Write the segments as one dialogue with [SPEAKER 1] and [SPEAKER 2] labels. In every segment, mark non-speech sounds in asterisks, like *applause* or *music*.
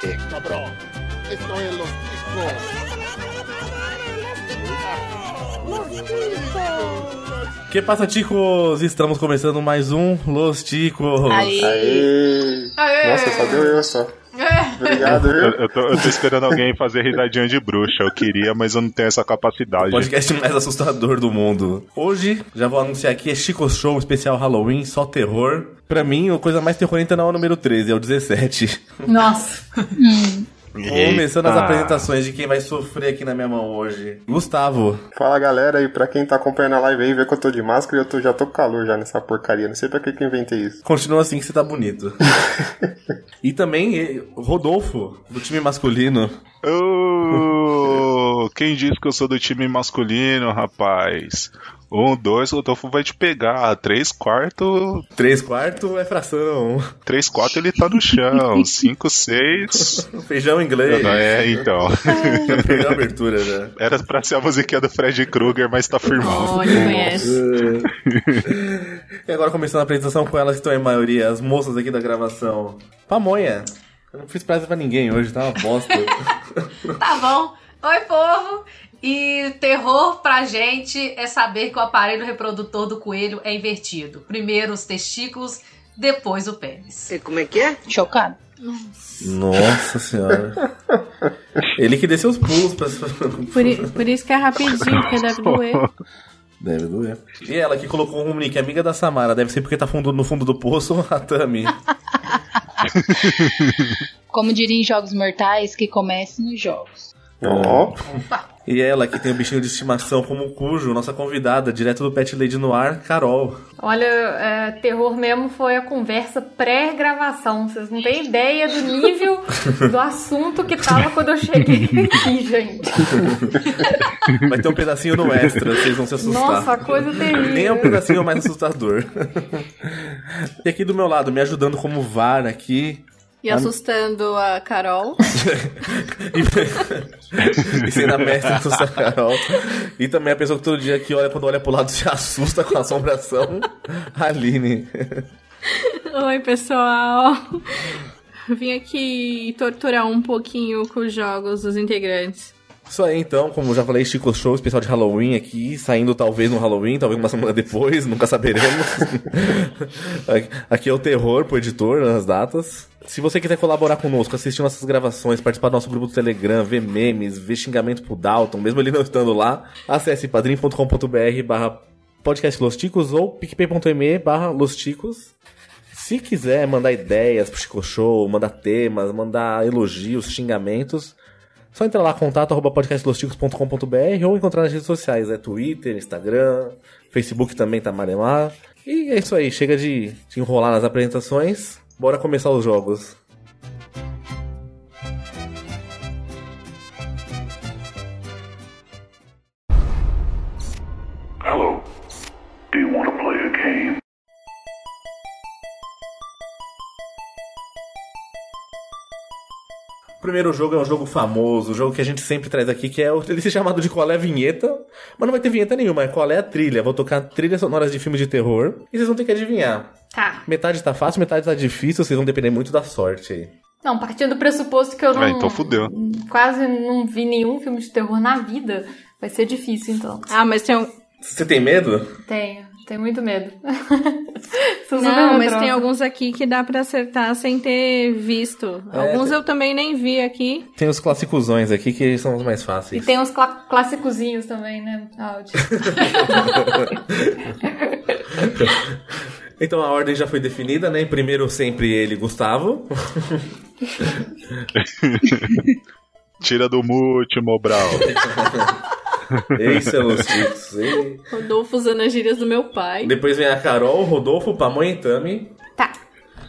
[SPEAKER 1] qué, cabrón? Esto es los discos.
[SPEAKER 2] Que passa, chicos? Estamos começando mais um Los Chicos.
[SPEAKER 3] Aí.
[SPEAKER 4] Aê!
[SPEAKER 3] Aê.
[SPEAKER 4] Nossa, só deu eu só. Obrigado, viu?
[SPEAKER 5] Eu, eu tô, eu tô esperando alguém fazer risadinha de bruxa. Eu queria, mas eu não tenho essa capacidade.
[SPEAKER 2] Podcast mais assustador do mundo. Hoje, já vou anunciar aqui, é Chico Show especial Halloween, só terror. Pra mim, a coisa mais terrorenta não é o número 13, é o 17.
[SPEAKER 3] Nossa.
[SPEAKER 2] *laughs* Começando as
[SPEAKER 5] Eita.
[SPEAKER 2] apresentações de quem vai sofrer aqui na minha mão hoje. Gustavo.
[SPEAKER 4] Fala galera, e pra quem tá acompanhando a live aí, vê que eu tô de máscara e eu tô, já tô com calor já nessa porcaria. Não sei pra que que eu inventei isso.
[SPEAKER 2] Continua assim que você tá bonito. e também eh, Rodolfo, do time masculino.
[SPEAKER 5] Ô, quem disse que eu sou do time masculino, rapaz? Um, dois, o Rodolfo vai te pegar. Três, quarto.
[SPEAKER 2] 3 quarto é fração.
[SPEAKER 5] Três, quatro, ele tá no chão. Cinco, seis.
[SPEAKER 2] Feijão inglês.
[SPEAKER 5] É, então. *laughs*
[SPEAKER 2] Já perdeu a abertura já.
[SPEAKER 5] Era pra ser a musiquinha do Fred Krueger, mas tá firmão.
[SPEAKER 3] Olha, conhece.
[SPEAKER 2] *laughs* e agora começando a apresentação com elas que estão em maioria, as moças aqui da gravação. Pamonha. Eu não fiz prazer pra ninguém hoje, tá uma bosta.
[SPEAKER 3] Tá bom. Oi, povo. E terror pra gente é saber que o aparelho reprodutor do coelho é invertido. Primeiro os testículos, depois o pênis.
[SPEAKER 6] E Como é que é?
[SPEAKER 7] Chocado.
[SPEAKER 2] *laughs* Nossa senhora. Ele que desceu os pulos pra...
[SPEAKER 8] Por, i- por isso que é rapidinho, porque deve doer.
[SPEAKER 2] Deve doer. E ela que colocou um nick, amiga da Samara, deve ser porque tá fundo, no fundo do poço, *laughs* a Tami.
[SPEAKER 7] Como diria em Jogos Mortais, que comece nos jogos.
[SPEAKER 4] Ó,
[SPEAKER 2] E ela que tem o bichinho de estimação como o Cujo, nossa convidada, direto do Pet Lady no ar, Carol.
[SPEAKER 8] Olha, é, terror mesmo foi a conversa pré-gravação. Vocês não têm ideia do nível do assunto que tava quando eu cheguei
[SPEAKER 5] *laughs*
[SPEAKER 8] aqui, gente.
[SPEAKER 2] Vai ter um pedacinho no extra, vocês vão se assustar.
[SPEAKER 8] Nossa, coisa
[SPEAKER 2] Nem é um
[SPEAKER 8] terrível.
[SPEAKER 2] pedacinho mais assustador. e aqui do meu lado, me ajudando como VAR aqui.
[SPEAKER 8] E assustando a Carol.
[SPEAKER 2] *laughs* E, e sendo a mestra do Sacarol. E também a pessoa que todo dia que olha, quando olha pro lado, se assusta com a
[SPEAKER 8] *laughs*
[SPEAKER 2] assombração. Aline.
[SPEAKER 9] Oi, pessoal! Vim aqui torturar um pouquinho com os jogos dos integrantes.
[SPEAKER 2] Isso aí então, como eu já falei, Chico Show, especial de Halloween aqui, saindo talvez no Halloween, talvez uma semana depois, *laughs* nunca saberemos. aqui é o terror pro editor, nas datas. Se você quiser colaborar conosco, assistir nossas gravações, participar do nosso grupo do Telegram, ver memes, ver xingamento pro Dalton, mesmo ele não estando lá, acesse padrim.com.br barra podcast Los Ticos ou picpay.me barra Los Ticos. Se quiser mandar ideias pro Chico Show, mandar temas, mandar elogios, xingamentos, só entrar lá, contato arroba podcastlosticos.com.br ou encontrar nas redes sociais, é Twitter, Instagram, Facebook também tá maremar. E é isso aí, chega de, de enrolar nas apresentações, bora começar os jogos.
[SPEAKER 10] Hello. Do you want to play a game?
[SPEAKER 2] O primeiro jogo é um jogo famoso, um jogo que a gente sempre traz aqui, que é o, ele se chamado de Qual é a Vinheta, mas não vai ter vinheta nenhuma, é Qual é a Trilha. Vou tocar trilhas sonoras de filmes de terror e vocês vão ter que adivinhar.
[SPEAKER 8] Tá.
[SPEAKER 2] Metade tá fácil, metade tá difícil, vocês vão depender muito da sorte aí.
[SPEAKER 8] Não, partindo do pressuposto que eu não.
[SPEAKER 5] Ah, então fudeu.
[SPEAKER 8] Quase não vi nenhum filme de terror na vida. Vai ser difícil, então.
[SPEAKER 9] Ah, mas tem, um-
[SPEAKER 2] Você tem medo?
[SPEAKER 8] Tenho, tenho muito medo. *laughs* Sou super
[SPEAKER 9] não, mas tem
[SPEAKER 8] medrosa.
[SPEAKER 9] alguns aqui que dá pra acertar sem ter visto.
[SPEAKER 2] É,
[SPEAKER 9] alguns
[SPEAKER 2] tem-
[SPEAKER 9] eu também nem vi aqui.
[SPEAKER 2] Tem os clássicozões aqui que são os mais
[SPEAKER 8] E
[SPEAKER 2] fáceis.
[SPEAKER 8] tem uns cla clássicozinhos também, né? Áudio.
[SPEAKER 2] *laughs* Então a ordem já foi definida, né? Primeiro sempre ele, Gustavo.
[SPEAKER 5] Tira do mute, Mobral.
[SPEAKER 2] Eis são os títulos. E-
[SPEAKER 9] Rodolfo usando as gírias do meu pai.
[SPEAKER 2] Depois vem a Carol, Rodolfo, Pamonha e Tami.
[SPEAKER 8] Tá.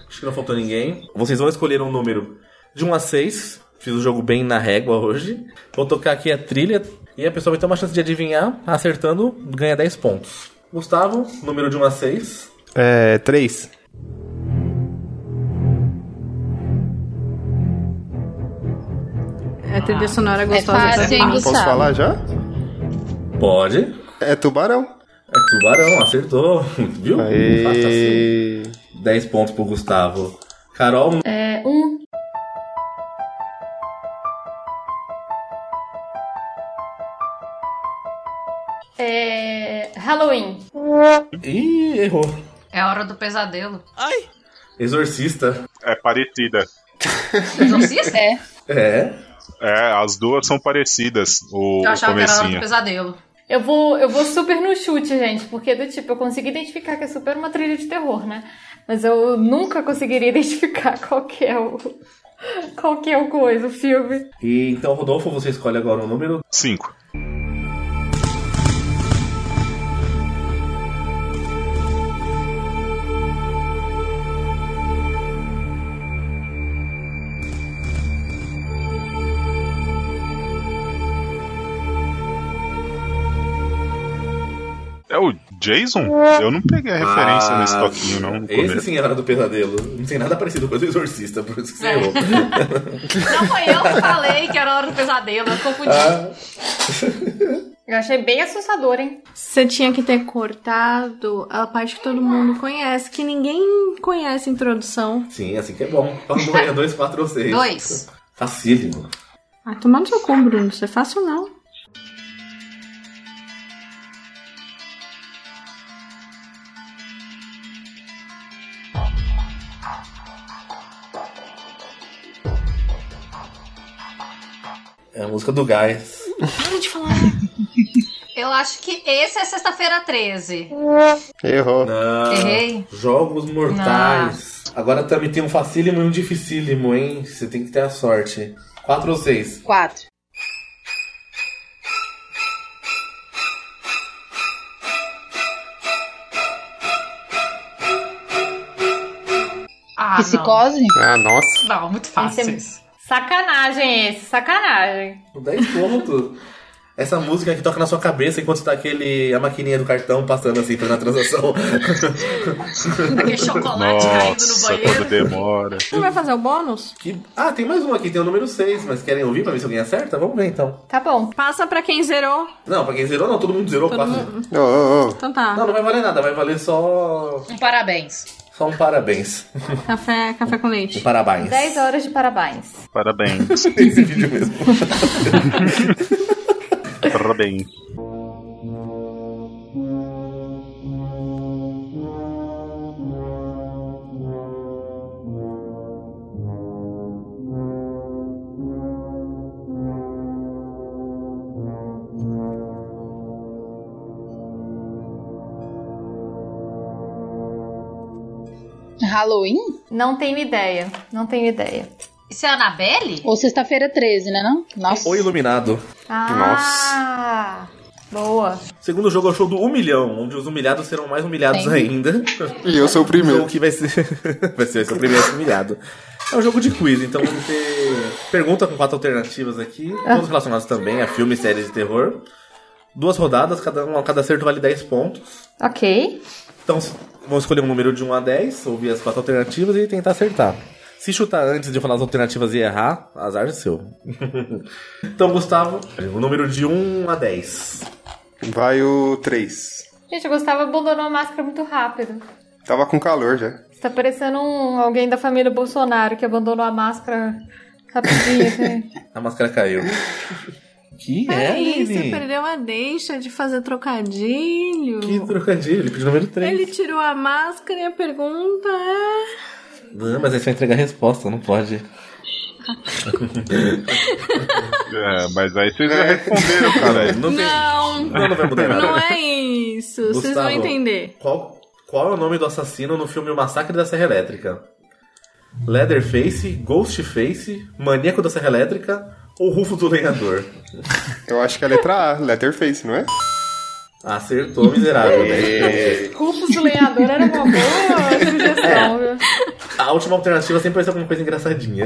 [SPEAKER 2] Acho que não faltou ninguém. Vocês vão escolher um número de 1 a 6. Fiz o jogo bem na régua hoje. Vou tocar aqui a trilha e a pessoa vai ter uma chance de adivinhar. Acertando, ganha 10 pontos. Gustavo, número de 1 a 6.
[SPEAKER 4] é. Três.
[SPEAKER 9] É trilha sonora
[SPEAKER 7] É
[SPEAKER 9] gostosa.
[SPEAKER 7] fácil, hein,
[SPEAKER 4] Posso
[SPEAKER 7] Gustavo?
[SPEAKER 4] falar já?
[SPEAKER 2] Pode.
[SPEAKER 4] É tubarão.
[SPEAKER 2] É tubarão, acertou. *laughs* Viu? Fácil assim.
[SPEAKER 4] Aê.
[SPEAKER 9] É.
[SPEAKER 2] 10 pontos pro Gustavo. Carol,
[SPEAKER 8] É, um. É,
[SPEAKER 2] Ih, errou.
[SPEAKER 3] É hora do pesadelo.
[SPEAKER 2] Exorcista.
[SPEAKER 5] É parecida.
[SPEAKER 3] Exorcista?
[SPEAKER 7] É.
[SPEAKER 2] É.
[SPEAKER 5] É, as duas são parecidas, o,
[SPEAKER 3] Eu
[SPEAKER 5] o
[SPEAKER 3] achava que era hora do
[SPEAKER 5] comecinho.
[SPEAKER 3] pesadelo.
[SPEAKER 8] Eu vou, eu vou super no chute, gente, porque do tipo, eu consigo identificar que é super uma trilha de terror, né? Mas eu nunca conseguiria *laughs* identificar qual que é o. qual que é o coisa, o filme.
[SPEAKER 2] E então, Rodolfo, você escolhe agora o número.
[SPEAKER 5] Cinco. É o Jason? Eu não peguei a É referência
[SPEAKER 4] Ah,
[SPEAKER 5] nesse toquinho, não. No
[SPEAKER 2] Esse
[SPEAKER 5] começo.
[SPEAKER 2] sim era do pesadelo. Não tem nada parecido com o exorcista, por isso que você
[SPEAKER 3] É.
[SPEAKER 2] errou.
[SPEAKER 3] Não foi eu que falei que era hora do pesadelo, eu confundi.
[SPEAKER 2] Ah,
[SPEAKER 8] Eu achei bem assustador, hein?
[SPEAKER 9] Você tinha que ter cortado a parte que todo mundo conhece, que ninguém conhece a introdução.
[SPEAKER 2] sim, assim que é bom. Fala do 1, 2, 4 ou 6.
[SPEAKER 3] Dois.
[SPEAKER 2] Facílimo.
[SPEAKER 9] Ah, tomar no seu cu, Bruno. Isso é fácil, não.
[SPEAKER 2] É a música do gás.
[SPEAKER 9] Para de falar.
[SPEAKER 3] Eu acho que esse é sexta-feira 13.
[SPEAKER 4] Errou.
[SPEAKER 2] Não.
[SPEAKER 3] Errei?
[SPEAKER 2] Ah, Jogos mortais. Agora também tem um facílimo e um dificílimo, hein? Você tem que ter a sorte. 4 ou 6?
[SPEAKER 7] Quatro.
[SPEAKER 3] Ah,
[SPEAKER 7] Psicose?
[SPEAKER 4] Ah, nossa.
[SPEAKER 3] não. Não, muito fácil
[SPEAKER 8] Esse é-
[SPEAKER 3] isso.
[SPEAKER 8] Sacanagem esse, sacanagem.
[SPEAKER 2] 10 pontos. Essa música que toca na sua cabeça enquanto tá aquele. a maquininha do cartão passando assim, fazendo a transação.
[SPEAKER 3] Aquele chocolate caindo no
[SPEAKER 5] Nossa,
[SPEAKER 3] banheiro.
[SPEAKER 5] quando demora.
[SPEAKER 9] Você vai fazer o bônus?
[SPEAKER 2] Que- Ah, tem mais um aqui, tem o número 6, mas querem ouvir pra ver se alguém acerta? Vamos ver então.
[SPEAKER 8] Tá bom.
[SPEAKER 9] Passa pra quem zerou.
[SPEAKER 2] Não, pra quem zerou, não, todo mundo zerou,
[SPEAKER 9] Todo
[SPEAKER 2] quase.
[SPEAKER 9] mundo-
[SPEAKER 4] Ô, ô, ô.
[SPEAKER 9] Então tá.
[SPEAKER 2] Não, não vai valer nada, vai valer só.
[SPEAKER 3] Um parabéns.
[SPEAKER 2] só um parabéns.
[SPEAKER 9] Café, café com
[SPEAKER 2] Um
[SPEAKER 9] leite.
[SPEAKER 2] parabéns.
[SPEAKER 8] 10 horas de parabéns.
[SPEAKER 5] Parabéns.
[SPEAKER 2] *laughs*
[SPEAKER 5] *laughs*
[SPEAKER 2] Esse vídeo mesmo.
[SPEAKER 5] Parabéns.
[SPEAKER 7] Halloween?
[SPEAKER 8] Não tenho ideia, não tenho ideia.
[SPEAKER 3] Isso é Anabelle?
[SPEAKER 7] Ou sexta-feira 13, né? Não? Nossa.
[SPEAKER 2] O Iluminado.
[SPEAKER 8] Ah, boa.
[SPEAKER 2] Segundo jogo é o show do humilhão, onde os humilhados serão mais humilhados
[SPEAKER 7] Sim.
[SPEAKER 2] ainda.
[SPEAKER 4] E eu sou o
[SPEAKER 2] O jogo
[SPEAKER 4] primeiro.
[SPEAKER 2] que vai ser. *laughs* vai ser esse o primeiro humilhado. É um jogo de quiz, então vamos ter. Pergunta com quatro alternativas aqui. Todos relacionados também a filmes, séries de terror. Duas rodadas, cada, um, cada acerto vale 10 pontos.
[SPEAKER 8] Ok.
[SPEAKER 2] Então s- vão escolher um número de 1 a 10, ouvir as quatro alternativas e tentar acertar. Se chutar antes de eu falar as alternativas e errar, azar é seu. *laughs* então, Gustavo, o número de 1 a 10.
[SPEAKER 4] Vai o 3.
[SPEAKER 8] Gente, eu gostava abandonou a máscara muito rápido.
[SPEAKER 4] Tava com calor já.
[SPEAKER 8] Você tá parecendo um, alguém da família Bolsonaro que abandonou a máscara rapidinho. assim.
[SPEAKER 2] A máscara caiu. Que é,
[SPEAKER 9] Peraí, você
[SPEAKER 2] Lili?
[SPEAKER 9] perdeu a deixa de fazer trocadilho.
[SPEAKER 2] Que trocadilho, ele pediu o número 3.
[SPEAKER 9] Ele tirou a máscara e a pergunta é.
[SPEAKER 2] Não, mas aí você vai entregar a resposta, não pode.
[SPEAKER 5] É, mas aí vocês já responderam, cara.
[SPEAKER 2] Não, tem-
[SPEAKER 9] Não,
[SPEAKER 2] não, não vai mudar nada.
[SPEAKER 9] não é isso. Vocês vão
[SPEAKER 2] Gustavo. *laughs*
[SPEAKER 9] entender.
[SPEAKER 2] Qual, qual é o nome do assassino no filme O Massacre da Serra Elétrica? Leatherface, Ghostface, Maníaco da Serra Elétrica ou Rufo do Lenhador?
[SPEAKER 4] Eu acho que é a letra A, Letterface, não é?
[SPEAKER 2] Acertou, miserável. né?
[SPEAKER 8] Culpos do lenhador era uma boa sugestão, viu?
[SPEAKER 2] A última alternativa sempre vai ser alguma coisa engraçadinha.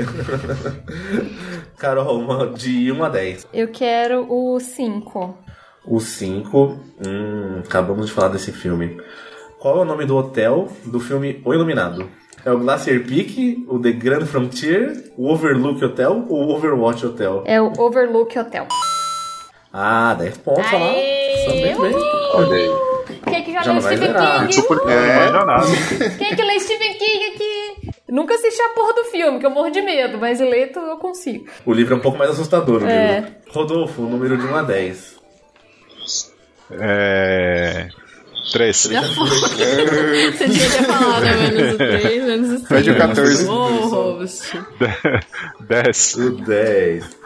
[SPEAKER 2] *laughs* Carol, uma- de 1 a 10.
[SPEAKER 8] Eu quero o 5.
[SPEAKER 2] O 5. Hum, acabamos de falar desse filme. Qual é o nome do hotel do filme O Iluminado? É o Glacier Peak, o The Grand Frontier, o Overlook Hotel ou o Overwatch Hotel?
[SPEAKER 8] É o Overlook Hotel.
[SPEAKER 2] Ah, 10 pontos, olha lá.
[SPEAKER 8] Aê!
[SPEAKER 2] São bem, bem.
[SPEAKER 4] Olha aí.
[SPEAKER 8] Quem é que já,
[SPEAKER 2] Já
[SPEAKER 8] leu
[SPEAKER 2] não vai
[SPEAKER 8] Stephen
[SPEAKER 2] zerar.
[SPEAKER 8] King?
[SPEAKER 5] Super é. não manja nada.
[SPEAKER 8] Quem que lê Stephen King aqui? Nunca assisti a porra do filme, que eu morro de medo, mas ler tu- eu consigo.
[SPEAKER 2] O livro é um pouco mais assustador, o
[SPEAKER 8] É.
[SPEAKER 2] um livro. Rodolfo, número de 1 a 10.
[SPEAKER 5] É. Três.
[SPEAKER 9] Já foi. Você tinha que ter falado né? menos o 3, menos o 3.
[SPEAKER 4] Pede o *laughs* 14.
[SPEAKER 9] Ô, host.
[SPEAKER 5] Dez.
[SPEAKER 2] O 10.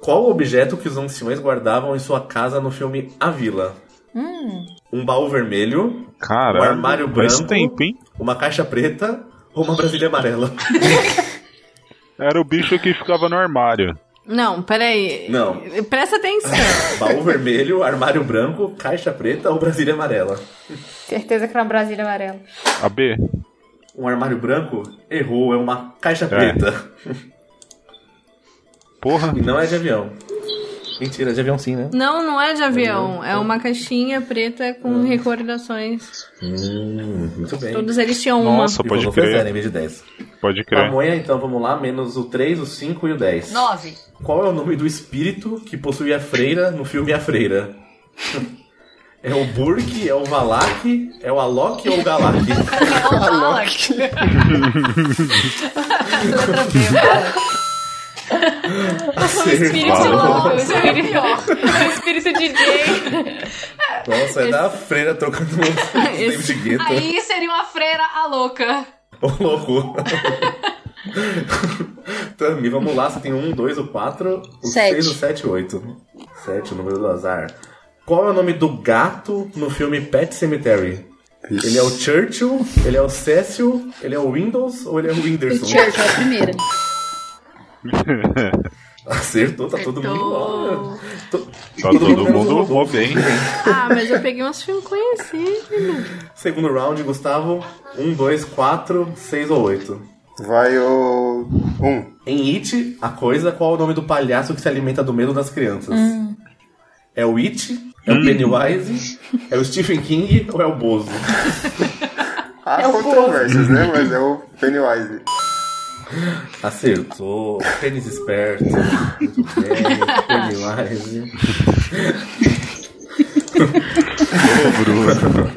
[SPEAKER 2] Qual o objeto que os anciões guardavam em sua casa no filme A Vila?
[SPEAKER 8] Hum.
[SPEAKER 2] Um baú vermelho,
[SPEAKER 5] Cara,
[SPEAKER 2] Um armário
[SPEAKER 5] faz
[SPEAKER 2] branco.
[SPEAKER 5] tempo, hein?
[SPEAKER 2] uma caixa preta ou uma brasilia
[SPEAKER 8] *laughs*
[SPEAKER 2] amarela?
[SPEAKER 5] Era o bicho que ficava no armário.
[SPEAKER 9] Não, peraí.
[SPEAKER 2] Não.
[SPEAKER 3] *laughs*
[SPEAKER 9] Presta atenção.
[SPEAKER 2] baú vermelho, armário branco, caixa preta ou brasilia amarela?
[SPEAKER 8] Certeza que era uma Brasília amarela.
[SPEAKER 5] A B.
[SPEAKER 2] Um armário branco? Errou, é uma caixa preta.
[SPEAKER 5] Porra.
[SPEAKER 2] E não é de avião. Mentira, é de avião sim, né?
[SPEAKER 9] Não, não é de avião. É uma caixinha preta com recordações.
[SPEAKER 2] Hum, muito bem.
[SPEAKER 9] Todos eles tinham uma.
[SPEAKER 5] Nossa,
[SPEAKER 2] Ficou
[SPEAKER 5] pode
[SPEAKER 2] no zero
[SPEAKER 5] crer.
[SPEAKER 2] em vez de 10.
[SPEAKER 5] Pode crer.
[SPEAKER 2] Pamonha, então, vamos lá. Menos o 3, o 5 e o 10.
[SPEAKER 3] 9.
[SPEAKER 2] Qual é o nome do espírito que possui a freira no filme A Freira? *laughs* É o Burke, é o Valak, é o Alok ou o Galak?
[SPEAKER 3] *laughs* É o
[SPEAKER 2] *laughs*
[SPEAKER 3] Balak. Letra B, Balak.
[SPEAKER 8] Espírito
[SPEAKER 3] é
[SPEAKER 5] Acertado.
[SPEAKER 8] louco, espírito pior. Espírito DJ.
[SPEAKER 2] Nossa, é da freira
[SPEAKER 3] *laughs*
[SPEAKER 2] trocando o David
[SPEAKER 9] Esse-
[SPEAKER 2] Guetta.
[SPEAKER 3] Aí seria uma freira a louca.
[SPEAKER 2] Ô, louco. *laughs* Tami, vamos lá. Você tem um, dois, o quatro, o
[SPEAKER 7] Sete.
[SPEAKER 2] seis, o sete, o oito. Sete, o número do azar. Qual é o nome do gato no filme Pet Cemetery? Ele é o Churchill, ele é o Cecil, ele é o Windows ou ele é o
[SPEAKER 7] O
[SPEAKER 2] Whindersson?
[SPEAKER 7] Church é a primeira.
[SPEAKER 2] Acertou, tá todo mundo
[SPEAKER 9] Acertou.
[SPEAKER 2] ó. To-
[SPEAKER 5] *laughs* Tá todo
[SPEAKER 2] menos o
[SPEAKER 5] mundo
[SPEAKER 2] Rodolfo.
[SPEAKER 5] mó bem.
[SPEAKER 9] Ah, mas eu peguei uns filmes conhecidos.
[SPEAKER 2] Segundo round, Gustavo. Um, dois, quatro, seis ou oito.
[SPEAKER 4] Vai o. Um.
[SPEAKER 2] Em It, a coisa, qual é o nome do palhaço que se alimenta do medo das crianças? É o It? É o Pennywise? é o Stephen King ou é o Bozo?
[SPEAKER 1] É
[SPEAKER 4] Há controvérsias, Ah, né? Mas é o Pennywise.
[SPEAKER 2] Acertou. Pênis esperto. Muito bem. Pennywise.
[SPEAKER 5] Ô, Bruno.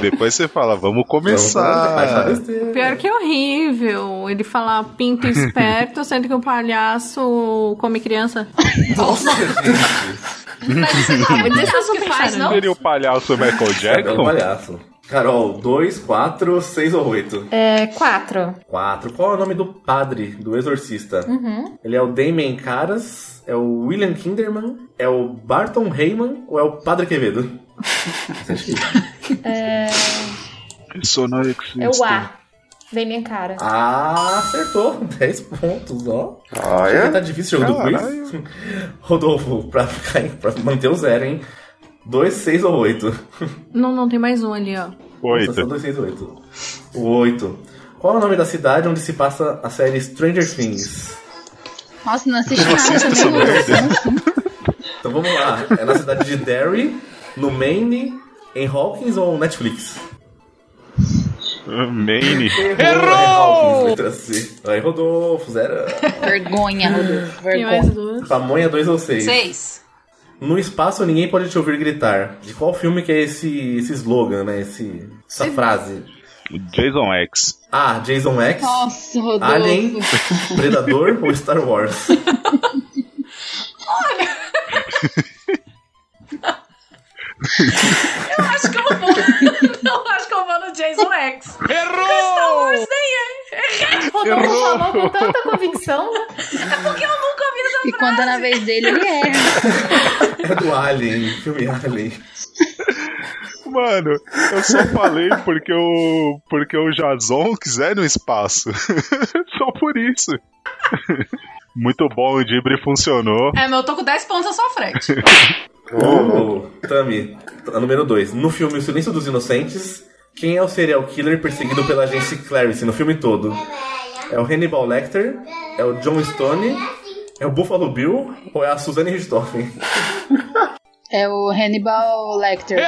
[SPEAKER 5] Depois você fala, vamos
[SPEAKER 2] Mas tá
[SPEAKER 5] começar.
[SPEAKER 2] besteira.
[SPEAKER 9] Pior que é horrível ele falar pinto esperto, *laughs* sendo que o palhaço come criança.
[SPEAKER 3] *laughs*
[SPEAKER 2] Nossa, gente.
[SPEAKER 3] Mas isso não é muito
[SPEAKER 9] *laughs* Deixa eu
[SPEAKER 3] palhaço
[SPEAKER 8] *laughs*
[SPEAKER 3] que
[SPEAKER 9] pensar,
[SPEAKER 3] faz,
[SPEAKER 9] né?
[SPEAKER 3] não?
[SPEAKER 5] Seria o palhaço Michael
[SPEAKER 2] É um
[SPEAKER 5] Jackson?
[SPEAKER 2] palhaço. Carol, dois, quatro, seis ou oito?
[SPEAKER 8] É, quatro.
[SPEAKER 2] Quatro. Qual é o nome do padre do exorcista? Ele é o Damien Caras, é o William Kinderman, é o Barton Heyman ou é o Padre Quevedo?
[SPEAKER 5] Sonorix.
[SPEAKER 8] É o A. Dei minha cara.
[SPEAKER 2] Ah, acertou. *laughs* 10 pontos, ó.
[SPEAKER 4] Olha.
[SPEAKER 2] Tá difícil o jogo
[SPEAKER 5] É? Caralho.
[SPEAKER 2] do quiz. *laughs* Rodolfo, pra, ficar, em- pra manter o zero, hein? 2, 6 ou 8?
[SPEAKER 9] Não, não, tem mais um ali, ó.
[SPEAKER 2] Só
[SPEAKER 5] *laughs* Oito.
[SPEAKER 2] 2, 6 ou 8. O 8. Qual é o nome da cidade onde se passa a série Stranger Things?
[SPEAKER 7] Nossa, não assisti
[SPEAKER 5] assim?
[SPEAKER 7] nada
[SPEAKER 8] *laughs*
[SPEAKER 7] também, Rodolfo.
[SPEAKER 2] Então vamos lá. É na cidade de Derry, no Maine, em Hawkins ou Netflix?
[SPEAKER 5] Maine.
[SPEAKER 2] Errou! é letra C. Aí, Rodolfo, zero.
[SPEAKER 7] Vergonha, Rodolfo.
[SPEAKER 9] Tem mais
[SPEAKER 7] Vergonha.
[SPEAKER 9] duas.
[SPEAKER 2] Pamonha 2 ou 6.
[SPEAKER 3] Seis.
[SPEAKER 2] No espaço ninguém pode te ouvir gritar. De qual filme que é esse, esse slogan, né? Esse, essa frase?
[SPEAKER 5] Jason X.
[SPEAKER 2] A. Jason X.
[SPEAKER 7] Nossa, Rodolfo.
[SPEAKER 2] Alien, *laughs* Predador ou Star Wars?
[SPEAKER 3] Eu acho que eu vou. *laughs* Não, acho que eu vou no Jason X.
[SPEAKER 5] Errou!
[SPEAKER 8] Rodolfo falou com tanta convicção. né?
[SPEAKER 3] É porque eu nunca ouvi essa
[SPEAKER 7] E quando é na vez dele, ele erra.
[SPEAKER 2] É do Alien, filme Alien.
[SPEAKER 5] Mano, eu só falei porque o, porque o Jason quiser no espaço. *laughs* só por isso. Muito bom, o Dibre funcionou.
[SPEAKER 3] É, mas eu tô com 10 pontos à sua frente.
[SPEAKER 2] Oh, Tami, a número 2. No filme O Silêncio dos Inocentes, quem é o serial killer perseguido pela agente Clarice no filme todo? É o Hannibal Lecter? É o John Stone? É o Buffalo Bill? Ou é a Suzanne Richthofen?
[SPEAKER 7] É o Hannibal Lecter.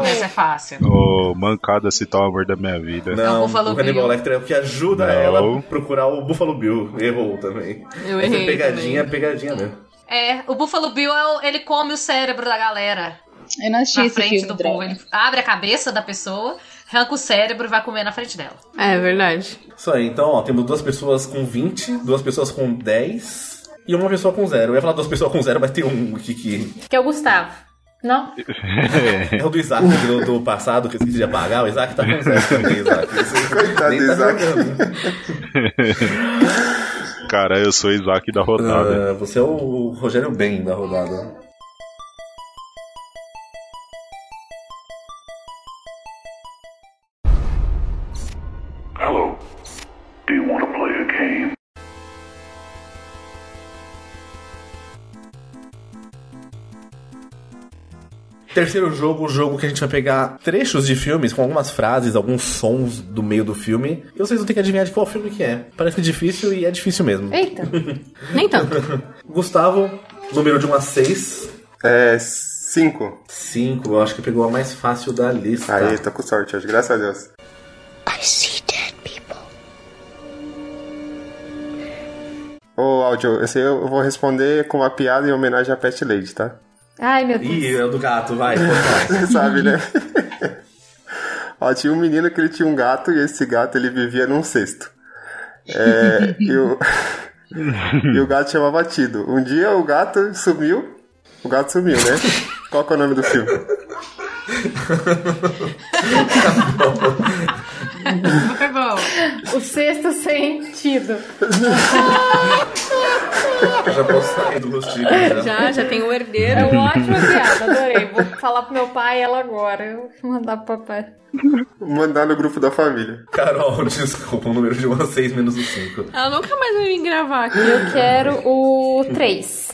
[SPEAKER 3] Mas é fácil.
[SPEAKER 5] Ô, mancada citar o amor da minha vida.
[SPEAKER 2] Não,
[SPEAKER 3] Buffalo
[SPEAKER 2] o Hannibal
[SPEAKER 3] Bill.
[SPEAKER 2] Lecter é o que ajuda
[SPEAKER 5] Não.
[SPEAKER 2] ela a procurar o Buffalo Bill. Errou também.
[SPEAKER 9] Eu
[SPEAKER 2] Essa
[SPEAKER 9] errei.
[SPEAKER 2] é pegadinha,
[SPEAKER 9] também.
[SPEAKER 2] pegadinha mesmo.
[SPEAKER 3] É, o Buffalo Bill, é o- ele come o cérebro da galera
[SPEAKER 7] Eu não assisti
[SPEAKER 3] na
[SPEAKER 7] esse
[SPEAKER 3] frente
[SPEAKER 7] filme,
[SPEAKER 3] do povo.
[SPEAKER 7] droga.
[SPEAKER 3] Ele abre a cabeça da pessoa, arranca o cérebro e vai comer na frente dela.
[SPEAKER 9] É verdade.
[SPEAKER 2] Isso aí, então, ó, temos duas pessoas com 20, duas pessoas com 10 e uma pessoa com 0. Eu ia falar duas pessoas com 0, mas tem um aqui que
[SPEAKER 8] Que é o Gustavo. Não?
[SPEAKER 2] É o do
[SPEAKER 9] *laughs*
[SPEAKER 2] Isaac do, do passado que eu esqueci de apagar. O Isaac tá com *laughs* Isaac também, Isaac. Esse
[SPEAKER 4] Coitado
[SPEAKER 2] nem
[SPEAKER 4] do
[SPEAKER 2] tá
[SPEAKER 4] Isaac.
[SPEAKER 2] jogando.
[SPEAKER 5] Cara, eu sou o Isaac da rodada.
[SPEAKER 2] Ah, você é o Rogério Ben da rodada.
[SPEAKER 10] Hello. Do you want to play a game?
[SPEAKER 2] Terceiro jogo, o jogo que a gente vai pegar trechos de filmes com algumas frases, alguns sons do meio do filme. E vocês vão ter que adivinhar de qual filme que é. Parece difícil e é difícil mesmo.
[SPEAKER 8] Eita.
[SPEAKER 9] Nem tanto.
[SPEAKER 3] *laughs*
[SPEAKER 2] Gustavo, número de 1 a 6.
[SPEAKER 4] É. 5.
[SPEAKER 2] 5, eu acho que pegou a mais fácil da lista.
[SPEAKER 4] Aí, tô com sorte hoje, graças a Deus.
[SPEAKER 1] I see dead people.
[SPEAKER 4] Ô, áudio, esse aí eu vou responder com uma piada em homenagem à Pet Lady, tá?
[SPEAKER 8] Ai, meu Deus.
[SPEAKER 2] Ih, é o do gato, vai. pô, vai. *laughs*
[SPEAKER 4] Você *laughs* sabe, né? Ó, tinha um menino que ele tinha um gato e esse gato ele vivia num cesto. É, e, o... *laughs* e o gato chamava Tido. Um dia o gato sumiu. O gato sumiu, né? Qual que é o nome do filme?
[SPEAKER 9] Foi bom.
[SPEAKER 8] O sexto sentido.
[SPEAKER 2] Eu já posso sair do rostinho. né?
[SPEAKER 9] Já, já tem o
[SPEAKER 8] É
[SPEAKER 9] herdeiro.
[SPEAKER 8] uma ótima piada, adorei. Vou falar pro meu pai ela agora. Eu vou mandar pro papai.
[SPEAKER 4] Mandar no grupo da família. *laughs*
[SPEAKER 2] Carol, *laughs* desculpa, o número de 1 a 6 menos um o 5.
[SPEAKER 9] Ela nunca mais vai vir gravar aqui.
[SPEAKER 8] Eu quero o 3.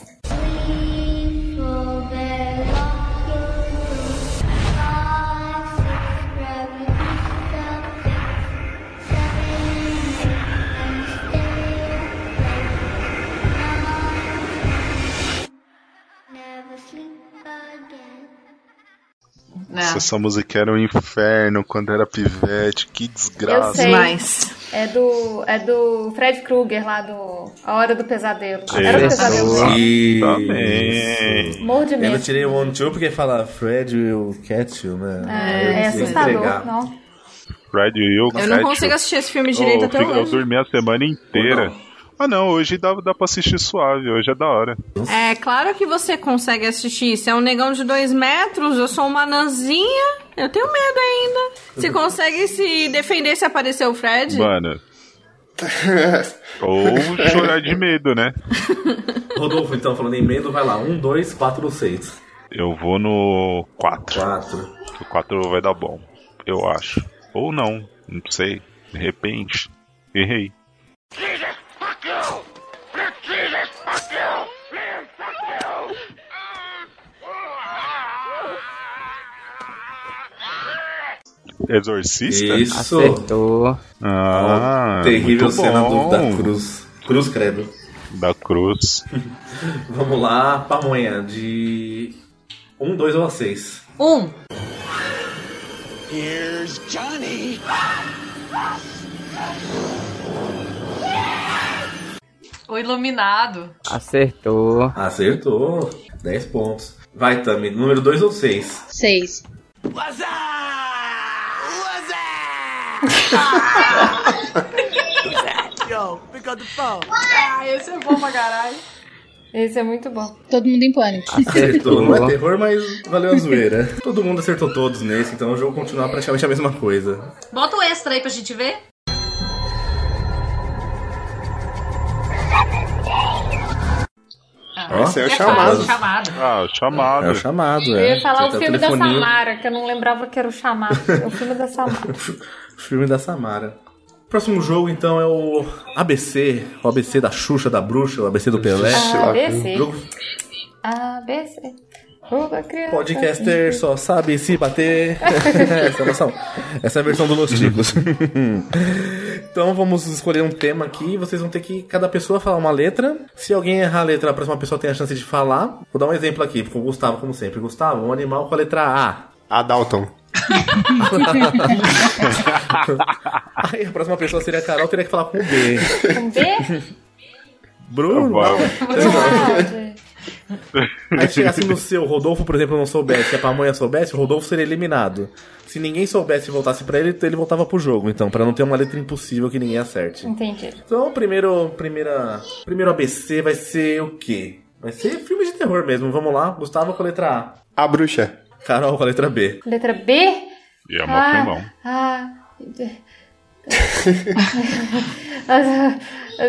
[SPEAKER 3] né?
[SPEAKER 5] Nossa, essa música era um inferno quando era pivete, que
[SPEAKER 8] Eu
[SPEAKER 5] desgraça.
[SPEAKER 8] sei.
[SPEAKER 9] Demais.
[SPEAKER 8] É do, é do Fred Krueger lá do A Hora do Pesadelo. Era o
[SPEAKER 5] Isso.
[SPEAKER 8] pesadelo.
[SPEAKER 5] Sim.
[SPEAKER 2] Isso.
[SPEAKER 5] Também.
[SPEAKER 8] Morro de
[SPEAKER 2] Eu não
[SPEAKER 8] medo.
[SPEAKER 2] tirei o One Two porque fala Fred will catch you, né? Aí eu
[SPEAKER 8] É
[SPEAKER 2] decidi
[SPEAKER 8] assustador,
[SPEAKER 2] entregar.
[SPEAKER 8] não?
[SPEAKER 5] Red Hill,
[SPEAKER 9] Eu não
[SPEAKER 5] Red
[SPEAKER 9] consigo
[SPEAKER 5] Hill.
[SPEAKER 9] assistir esse filme direito
[SPEAKER 5] Oh,
[SPEAKER 9] até
[SPEAKER 5] eu, eu
[SPEAKER 9] hoje.
[SPEAKER 5] dormi a semana inteira. Ah não, hoje dá, dá pra assistir suave, hoje é da hora.
[SPEAKER 9] É claro que você consegue assistir. Se é um negão de dois metros, eu sou uma nanzinha. Eu tenho medo ainda.
[SPEAKER 5] *laughs*
[SPEAKER 9] Você consegue se defender se aparecer o Fred?
[SPEAKER 5] Mano. Ou chorar de medo, né?
[SPEAKER 2] Rodolfo, então, falando em medo, vai lá. 1, 2, 4, 6.
[SPEAKER 5] Eu vou no 4.
[SPEAKER 2] 4.
[SPEAKER 5] O 4 vai dar bom, eu acho. Ou não, não sei. De repente, errei. Exorcista?
[SPEAKER 2] Isso.
[SPEAKER 6] Acertou.
[SPEAKER 5] Ah,
[SPEAKER 2] Terrível
[SPEAKER 5] muito
[SPEAKER 2] cena do,
[SPEAKER 5] bom.
[SPEAKER 2] da cruz. Cruz credo.
[SPEAKER 5] Da cruz.
[SPEAKER 2] Vamos lá, pamonha. De 1, 2 ou 6.
[SPEAKER 3] Um. O iluminado.
[SPEAKER 6] Acertou.
[SPEAKER 2] Acertou. 10 pontos. Vai, Tami. Número 2 ou 6?
[SPEAKER 7] Seis.
[SPEAKER 3] Ah, esse é bom pra caralho.
[SPEAKER 8] Esse é muito bom.
[SPEAKER 7] Todo mundo em pânico.
[SPEAKER 2] Acertou. Não é
[SPEAKER 6] Acertou.
[SPEAKER 2] terror, mas valeu a zoeira. *laughs* Todo mundo acertou todos nesse, então o jogo continua praticamente a mesma coisa.
[SPEAKER 3] Bota o extra aí pra gente ver.
[SPEAKER 2] Ó.
[SPEAKER 4] Esse é o
[SPEAKER 3] É
[SPEAKER 4] chamado.
[SPEAKER 3] fácil, chamado.
[SPEAKER 5] Ah, o chamado.
[SPEAKER 2] É o chamado,
[SPEAKER 8] Eu
[SPEAKER 2] é.
[SPEAKER 8] ia falar
[SPEAKER 2] Você
[SPEAKER 8] o
[SPEAKER 2] tá
[SPEAKER 8] filme da
[SPEAKER 2] telefoninho.
[SPEAKER 8] Samara, que eu não lembrava que era o chamado. É o filme
[SPEAKER 2] *laughs*
[SPEAKER 8] da Samara.
[SPEAKER 2] Filme da Samara. Próximo jogo, então, é o ABC. O ABC da Xuxa, da Bruxa, o ABC do Pelé.
[SPEAKER 8] A, B, C.
[SPEAKER 2] um Jogo
[SPEAKER 8] A, B, C. Toda criança.
[SPEAKER 2] podcaster só sabe se bater. Essa é a versão, essa é a versão do Los Ticos. *laughs* então vamos escolher um tema aqui. Vocês vão ter que, cada pessoa, falar uma letra. Se alguém errar a letra, a próxima pessoa tem a chance de falar. Vou dar um exemplo aqui, com o Gustavo, como sempre. Gustavo, um animal com a letra A.
[SPEAKER 4] Adalton.
[SPEAKER 2] Aí a próxima pessoa seria a Carol, teria que falar com o B.
[SPEAKER 8] Um B?
[SPEAKER 2] Bruno,
[SPEAKER 5] Bom,
[SPEAKER 8] Pode.
[SPEAKER 2] Aí chegasse no seu, o Rodolfo, por exemplo, não soubesse, e a pamonha soubesse, o Rodolfo seria eliminado. Se ninguém soubesse e voltasse pra ele, ele voltava pro jogo, então, pra não ter uma letra impossível que ninguém acerte.
[SPEAKER 8] Entendi.
[SPEAKER 2] Então, o primeiro, primeira, primeiro ABC vai ser o quê? Vai ser filme de terror mesmo. Vamos lá. Gustavo com a letra A.
[SPEAKER 4] A bruxa.
[SPEAKER 2] Carol com a letra B.
[SPEAKER 8] Letra B?
[SPEAKER 5] E é mó climão.
[SPEAKER 8] Ah. ah, é,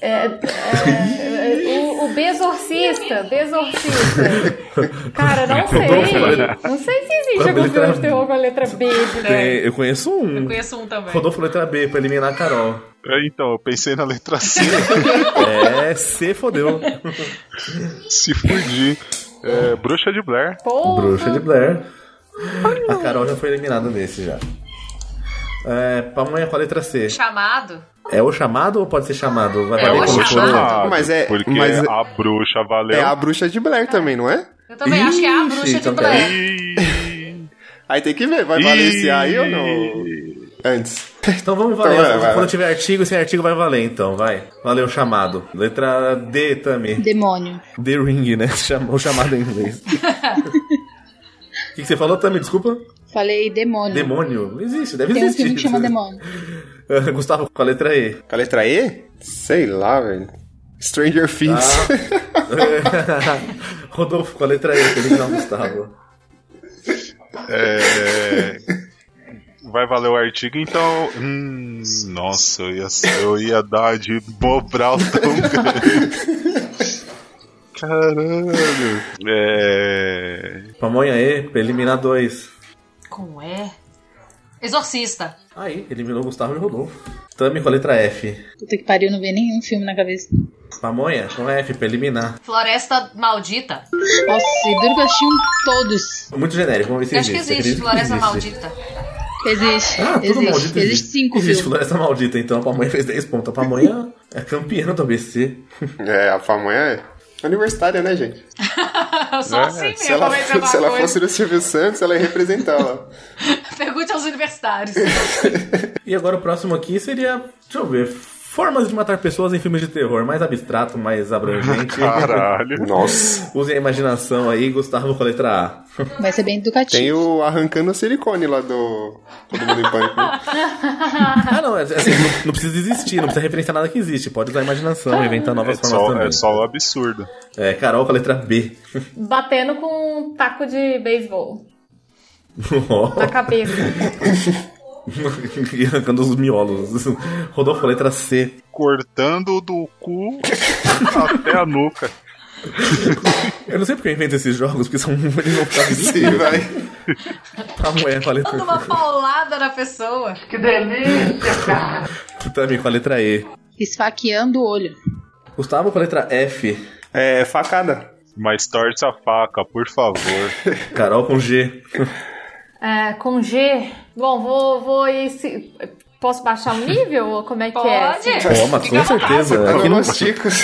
[SPEAKER 8] é, é, o, o Besorcista, Besorcista. Cara, não sei. Não sei se existe algum filme de terror com a letra B.
[SPEAKER 2] Tem- eu conheço
[SPEAKER 3] Eu
[SPEAKER 2] um.
[SPEAKER 3] conheço um também.
[SPEAKER 2] Rodolfo letra B pra eliminar a Carol.
[SPEAKER 5] É, Então, eu pensei na letra *laughs* C,
[SPEAKER 2] É, C fodeu.
[SPEAKER 5] se fudi. É, Bruxa de Blair.
[SPEAKER 8] Porra.
[SPEAKER 2] Bruxa de Blair. A Carol já foi eliminada nesse já. É, pamonha com a letra C.
[SPEAKER 3] Chamado.
[SPEAKER 2] É o chamado ou pode ser chamado? Vai
[SPEAKER 3] É
[SPEAKER 2] valer
[SPEAKER 3] o
[SPEAKER 2] como
[SPEAKER 3] chamado.
[SPEAKER 2] chamado.
[SPEAKER 4] Mas é-
[SPEAKER 5] Porque
[SPEAKER 4] mas-
[SPEAKER 5] a bruxa valeu.
[SPEAKER 4] É a bruxa de Blair também, não é?
[SPEAKER 3] Eu também acho que é a
[SPEAKER 2] Ixi,
[SPEAKER 3] bruxa de
[SPEAKER 2] então
[SPEAKER 3] Blair.
[SPEAKER 5] Ih,
[SPEAKER 4] Aí tem que ver, vai valer esse A aí ou não? Antes. *laughs*
[SPEAKER 2] Então vamos valer.
[SPEAKER 4] Então vai, vai,
[SPEAKER 2] Quando
[SPEAKER 4] vai.
[SPEAKER 2] tiver artigo, sem artigo vai valer então, vai. Valeu o chamado. Letra D também.
[SPEAKER 7] Demônio.
[SPEAKER 2] The Ring, né? *laughs* Chama- O chamado em inglês.
[SPEAKER 3] *laughs*
[SPEAKER 2] O que, que você falou, Tami? Desculpa.
[SPEAKER 7] Falei demônio.
[SPEAKER 2] Demônio? Não existe, deve
[SPEAKER 7] Tem um
[SPEAKER 2] existir.
[SPEAKER 7] filme que chama demônio.
[SPEAKER 2] *laughs* Gustavo com a letra E. *laughs*
[SPEAKER 4] Com a letra E? Sei lá, velho. Stranger Things. *laughs*
[SPEAKER 2] Rodolfo com a letra E, ele não, Gustavo.
[SPEAKER 5] é, Vai valer o artigo, então. Hum, nossa, eu ia, eu ia dar de bobral tão grande. Caralho. É.
[SPEAKER 2] Pamonha E, pra eliminar dois.
[SPEAKER 3] Como é? Exorcista.
[SPEAKER 2] Aí, eliminou Gustavo e Rodolfo. Tami com a letra F.
[SPEAKER 7] Puta que pariu, não veio nenhum filme na cabeça.
[SPEAKER 2] Pamonha com F, pra eliminar.
[SPEAKER 3] Floresta Maldita.
[SPEAKER 7] Nossa, e duro que eu assisti um- todos.
[SPEAKER 2] Muito genérico, vamos ver se
[SPEAKER 3] Eu acho que
[SPEAKER 2] existe.
[SPEAKER 3] existe
[SPEAKER 2] Acredito que
[SPEAKER 3] Floresta
[SPEAKER 2] existe.
[SPEAKER 3] Maldita.
[SPEAKER 7] Existe.
[SPEAKER 2] Ah, tudo
[SPEAKER 7] existe.
[SPEAKER 2] maldito
[SPEAKER 7] existe. cinco
[SPEAKER 2] Existe
[SPEAKER 7] filmes.
[SPEAKER 2] Floresta Maldita, então a Pamonha fez 10 pontos. A Pamonha é campeã do ABC.
[SPEAKER 4] É, a pamonha é universitária, né, gente?
[SPEAKER 3] Só assim mesmo,
[SPEAKER 4] Se ela,
[SPEAKER 3] vai ser uma
[SPEAKER 4] *laughs* se ela
[SPEAKER 3] coisa.
[SPEAKER 4] fosse do Silvio Santos, ela ia representar lá.
[SPEAKER 3] Pergunte aos universitários.
[SPEAKER 2] E agora o próximo aqui seria, deixa eu ver, formas de matar pessoas em filmes de terror. Mais abstrato, mais
[SPEAKER 5] *laughs*
[SPEAKER 2] abrangente.
[SPEAKER 4] *laughs*
[SPEAKER 5] Caralho.
[SPEAKER 4] Nossa.
[SPEAKER 2] Usem a imaginação aí, Gustavo com a letra A.
[SPEAKER 7] Vai ser bem educativo.
[SPEAKER 4] Tem o arrancando o silicone lá do Todo Mundo em Pânico. né?
[SPEAKER 2] Ah, não, é- é assim, não, não precisa existir, não precisa referenciar nada que existe. Pode usar a imaginação, inventar novas
[SPEAKER 5] É
[SPEAKER 2] formas
[SPEAKER 5] só,
[SPEAKER 2] também.
[SPEAKER 5] é só um absurdo.
[SPEAKER 2] É, Carol com a letra B. *laughs*
[SPEAKER 8] Batendo com um taco de beisebol
[SPEAKER 2] Ó, *laughs*
[SPEAKER 8] na cabeça.
[SPEAKER 2] e arrancando os miolos. *laughs* Rodolfo com a letra C.
[SPEAKER 5] Cortando do cu até a nuca.
[SPEAKER 2] Eu não sei porque eu invento esses jogos, porque são eles não ficam
[SPEAKER 4] *laughs* Sim,
[SPEAKER 2] visíveis.
[SPEAKER 4] vai.
[SPEAKER 5] *laughs*
[SPEAKER 2] A mulher com a
[SPEAKER 3] Dando uma
[SPEAKER 2] letra
[SPEAKER 3] paulada na pessoa. Que delícia.
[SPEAKER 2] Também com a letra E.
[SPEAKER 7] Esfaqueando o olho.
[SPEAKER 2] Gustavo com a letra F.
[SPEAKER 4] É, facada.
[SPEAKER 5] Mas torce a faca, por favor.
[SPEAKER 2] Carol com G.
[SPEAKER 8] É, com G. Bom, vou. vou ir se- Posso baixar o nível? ou Como é que é?
[SPEAKER 3] Pode.
[SPEAKER 2] Toma,
[SPEAKER 3] Fica à
[SPEAKER 2] com
[SPEAKER 4] É, Tá
[SPEAKER 2] certeza. Aqui não...
[SPEAKER 4] Ticos.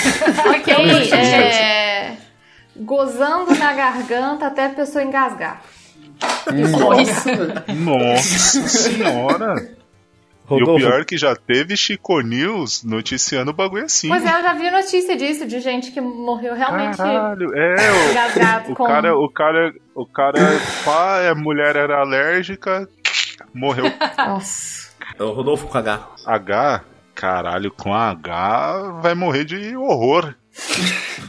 [SPEAKER 8] Ok, é. Gozando na garganta até a pessoa engasgar.
[SPEAKER 4] Nossa.
[SPEAKER 5] Nossa senhora! E o
[SPEAKER 2] Rodolfo,
[SPEAKER 5] pior é que já teve Chico News noticiando o bagulho assim.
[SPEAKER 8] Pois é, eu já vi notícia disso, de gente que morreu realmente
[SPEAKER 5] Caralho, é,
[SPEAKER 8] engasgado
[SPEAKER 5] o, o
[SPEAKER 8] com.
[SPEAKER 5] cara, o cara, o cara, pá, a mulher era alérgica, morreu.
[SPEAKER 8] Nossa.
[SPEAKER 2] é o Rodolfo com H.
[SPEAKER 5] H, caralho, com H vai morrer de horror.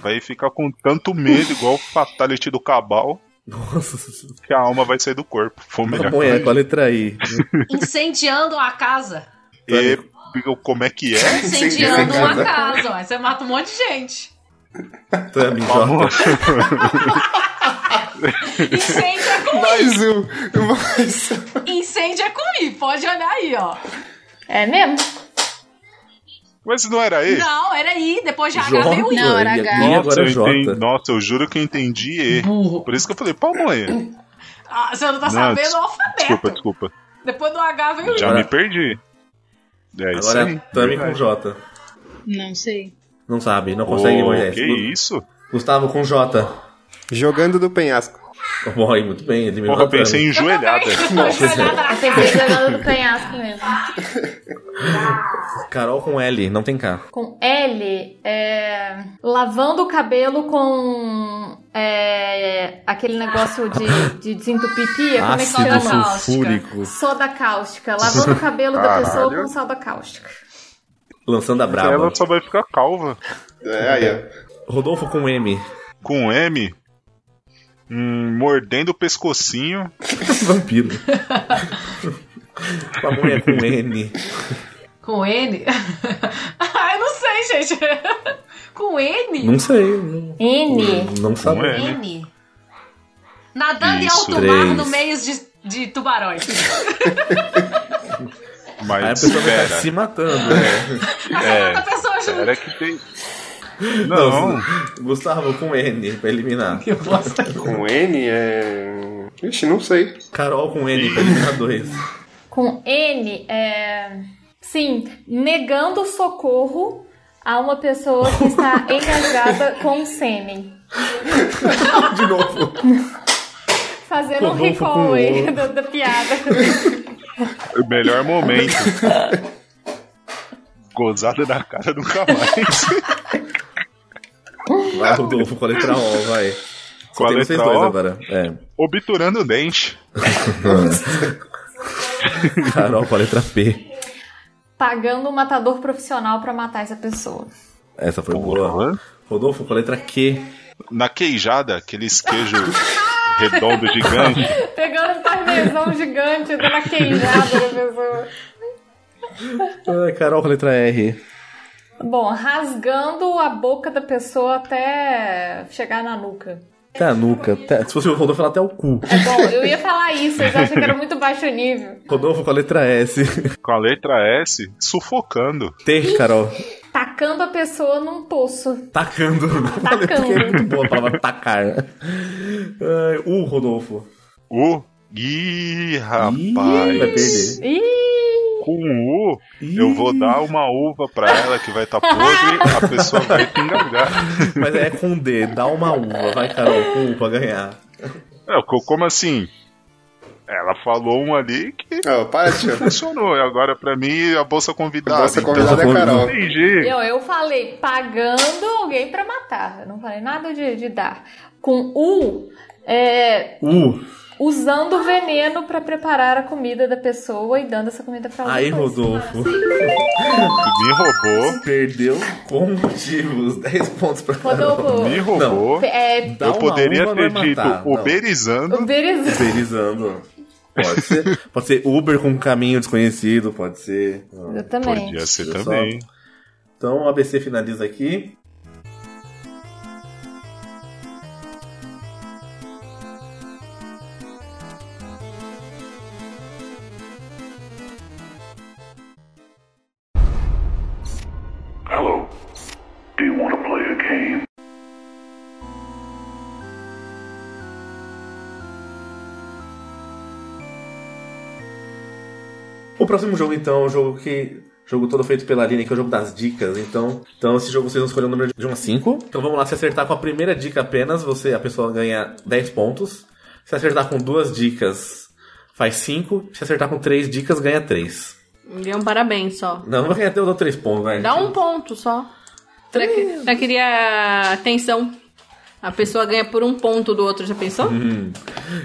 [SPEAKER 5] Vai ficar com tanto medo, igual o Fatality do Cabal,
[SPEAKER 2] Nossa,
[SPEAKER 5] que a alma vai sair do corpo. Foi melhor.
[SPEAKER 2] a mulher com a letra I.
[SPEAKER 3] Incendiando a casa.
[SPEAKER 2] tá
[SPEAKER 5] E como é que é?
[SPEAKER 3] Incendiando
[SPEAKER 4] Incendiando.
[SPEAKER 3] uma casa. ué. Você mata um monte de gente.
[SPEAKER 2] Tami, J.
[SPEAKER 5] Vamos-
[SPEAKER 3] Incêndio é
[SPEAKER 4] *laughs*
[SPEAKER 3] com,
[SPEAKER 4] Mais um. Mais um.
[SPEAKER 3] incêndio é com I. Pode olhar aí, ó.
[SPEAKER 8] É mesmo?
[SPEAKER 5] Mas não era ele?
[SPEAKER 3] Não, era I. Depois de H
[SPEAKER 2] J.
[SPEAKER 3] veio I.
[SPEAKER 7] Não, era H.
[SPEAKER 2] E
[SPEAKER 5] Nossa,
[SPEAKER 2] agora é
[SPEAKER 5] eu
[SPEAKER 2] J.
[SPEAKER 5] entendi, nossa, eu juro que eu entendi E. Por isso que eu falei, pamonha.
[SPEAKER 3] Ah, você não tá sabendo o
[SPEAKER 5] des-
[SPEAKER 3] alfabeto.
[SPEAKER 5] Desculpa, desculpa.
[SPEAKER 3] Depois do H veio I.
[SPEAKER 5] Já
[SPEAKER 2] Agora-
[SPEAKER 5] me perdi. É isso
[SPEAKER 2] Agora
[SPEAKER 5] aí.
[SPEAKER 2] é Tami com
[SPEAKER 5] verdade.
[SPEAKER 2] J.
[SPEAKER 7] Não sei.
[SPEAKER 2] Não sabe, não
[SPEAKER 5] Ô,
[SPEAKER 2] consegue, Moisés.
[SPEAKER 5] Que
[SPEAKER 2] Gu-
[SPEAKER 5] isso?
[SPEAKER 2] Gustavo com J.
[SPEAKER 4] Jogando do penhasco.
[SPEAKER 2] *laughs* Morre, muito bem, é eliminou
[SPEAKER 5] Porra, eu
[SPEAKER 2] a Tami.
[SPEAKER 5] pensei em joelhada.
[SPEAKER 8] Eu pensei jogando do penhasco mesmo.
[SPEAKER 2] Carol com L, não tem K.
[SPEAKER 8] Com L, é, lavando o cabelo com é, aquele negócio de, de desentupir pia, como é que
[SPEAKER 2] Ácido
[SPEAKER 8] chama?
[SPEAKER 3] cáustica.
[SPEAKER 2] sulfúrico,
[SPEAKER 8] Soda cáustica. Lavando o cabelo da
[SPEAKER 5] Caralho.
[SPEAKER 8] pessoa com soda cáustica.
[SPEAKER 2] lançando a braba.
[SPEAKER 5] Ela só vai ficar calva.
[SPEAKER 4] É, aí, ó.
[SPEAKER 2] Rodolfo com M. *laughs*
[SPEAKER 5] Com um M. Hum, mordendo o pescocinho.
[SPEAKER 2] Vampiro. Pamonha com N.
[SPEAKER 3] Com N? ah, eu não sei, gente. Com N?
[SPEAKER 2] Não sei. Não,
[SPEAKER 8] N.
[SPEAKER 2] não sabe.
[SPEAKER 5] Com N.
[SPEAKER 3] N. Nadando
[SPEAKER 5] Isso.
[SPEAKER 3] em alto mar no
[SPEAKER 2] Três. meio
[SPEAKER 3] meio de, de tubarões.
[SPEAKER 5] Mas
[SPEAKER 2] Aí a pessoa vai estar
[SPEAKER 5] espera.
[SPEAKER 2] se matando. né?
[SPEAKER 3] *laughs*
[SPEAKER 5] É,
[SPEAKER 3] outra pessoa um- junto.
[SPEAKER 5] espera que tem. *laughs* Não,
[SPEAKER 2] Gustavo com N pra eliminar.
[SPEAKER 3] Que bosta.
[SPEAKER 4] Com N é. Ixi, não sei.
[SPEAKER 2] Carol com N pra eliminar dois.
[SPEAKER 5] *laughs*
[SPEAKER 8] Com N, é. Sim, negando socorro a uma pessoa que está engajada com sêmen.
[SPEAKER 2] De novo.
[SPEAKER 8] Fazendo um
[SPEAKER 2] Rodolfo com
[SPEAKER 8] recall aí da, da piada.
[SPEAKER 5] é o melhor momento. Gozada na cara nunca mais. *laughs*
[SPEAKER 2] Vai, Rodolfo, com a letra O, vai. Só
[SPEAKER 5] Com a
[SPEAKER 2] tem vocês
[SPEAKER 5] letra
[SPEAKER 2] dois
[SPEAKER 5] O?
[SPEAKER 2] agora. É.
[SPEAKER 5] Obturando o dente.
[SPEAKER 2] Carol com a letra P.
[SPEAKER 8] Pagando um matador profissional pra matar essa pessoa.
[SPEAKER 2] Essa foi boa. Rodolfo com a letra Q.
[SPEAKER 5] Na queijada, aqueles queijos redondo gigante.
[SPEAKER 8] Pegando um parmesão gigante, dando a queijada da pessoa.
[SPEAKER 2] Ah, Carol com a letra R.
[SPEAKER 8] Bom, rasgando a boca da pessoa até chegar na nuca.
[SPEAKER 2] Até a nuca. até- Se fosse o Rodolfo, ela até o cu.
[SPEAKER 8] É bom, eu ia falar isso, eu achei que era muito baixo nível.
[SPEAKER 2] Rodolfo com a letra S. *laughs*
[SPEAKER 5] Com a letra S, sufocando.
[SPEAKER 2] T, Carol.
[SPEAKER 8] Tacando a pessoa num poço.
[SPEAKER 2] Tacando. Olha, porque *laughs* é muito boa a palavra tacar. Ai, U, Rodolfo.
[SPEAKER 5] U. Ih,
[SPEAKER 2] Ih, Vai
[SPEAKER 5] rapaz.
[SPEAKER 2] perder.
[SPEAKER 8] Ih,
[SPEAKER 5] Com o U, eu vou dar uma uva pra ela que vai estar tá podre, a
[SPEAKER 2] *laughs*
[SPEAKER 5] pessoa vai engasgar.
[SPEAKER 2] Mas é com D, dá uma uva, vai, Carol, com U pra ganhar.
[SPEAKER 5] É, co- como assim? Ela falou um ali que
[SPEAKER 4] Ah, para, tio.
[SPEAKER 5] funcionou. E agora pra mim a bolsa convidada.
[SPEAKER 4] *laughs* Nossa,
[SPEAKER 5] então-
[SPEAKER 4] convidada é
[SPEAKER 2] então-
[SPEAKER 4] a Carol.
[SPEAKER 5] Entendi.
[SPEAKER 8] eu, eu falei pagando alguém pra matar. Eu não falei nada de, de dar. Com U, é,
[SPEAKER 2] U.
[SPEAKER 8] usando veneno pra preparar a comida da pessoa e dando essa comida pra outra
[SPEAKER 2] Aí,
[SPEAKER 8] pessoa.
[SPEAKER 2] Rodolfo.
[SPEAKER 5] Me roubou,
[SPEAKER 2] Perdeu com motivos. 10 pontos pra Carol.
[SPEAKER 8] Rodolfo,
[SPEAKER 5] me roubou.
[SPEAKER 8] é,
[SPEAKER 2] Dá
[SPEAKER 5] eu
[SPEAKER 2] uma
[SPEAKER 5] poderia
[SPEAKER 2] uva,
[SPEAKER 5] ter
[SPEAKER 2] não é
[SPEAKER 5] dito
[SPEAKER 2] matar. Não.
[SPEAKER 5] uberizando.
[SPEAKER 8] uberizando.
[SPEAKER 2] Uberizando. Pode ser. Pode ser Uber com um caminho desconhecido, pode ser.
[SPEAKER 8] Eu também.
[SPEAKER 5] Podia ser
[SPEAKER 2] Só-
[SPEAKER 5] também.
[SPEAKER 2] Então o ABC finaliza aqui.
[SPEAKER 10] Hello. Do you want to play a game?
[SPEAKER 2] O próximo jogo, então, é um jogo que. Jogo todo feito pela Aline, que é o jogo das dicas. Então, então esse jogo vocês vão escolher o número de 1 a 5. Então vamos lá, se acertar com a primeira dica apenas, você a pessoa ganha 10 pontos. Se acertar com duas dicas, faz 5. Se acertar com três dicas, ganha 3.
[SPEAKER 9] Deu um parabéns só.
[SPEAKER 2] Não, vai ganhar até eu dou 3 pontos, vai.
[SPEAKER 9] Dá um ponto só. Já, que- já queria atenção. A pessoa ganha por um ponto do outro, já pensou?
[SPEAKER 5] Uhum.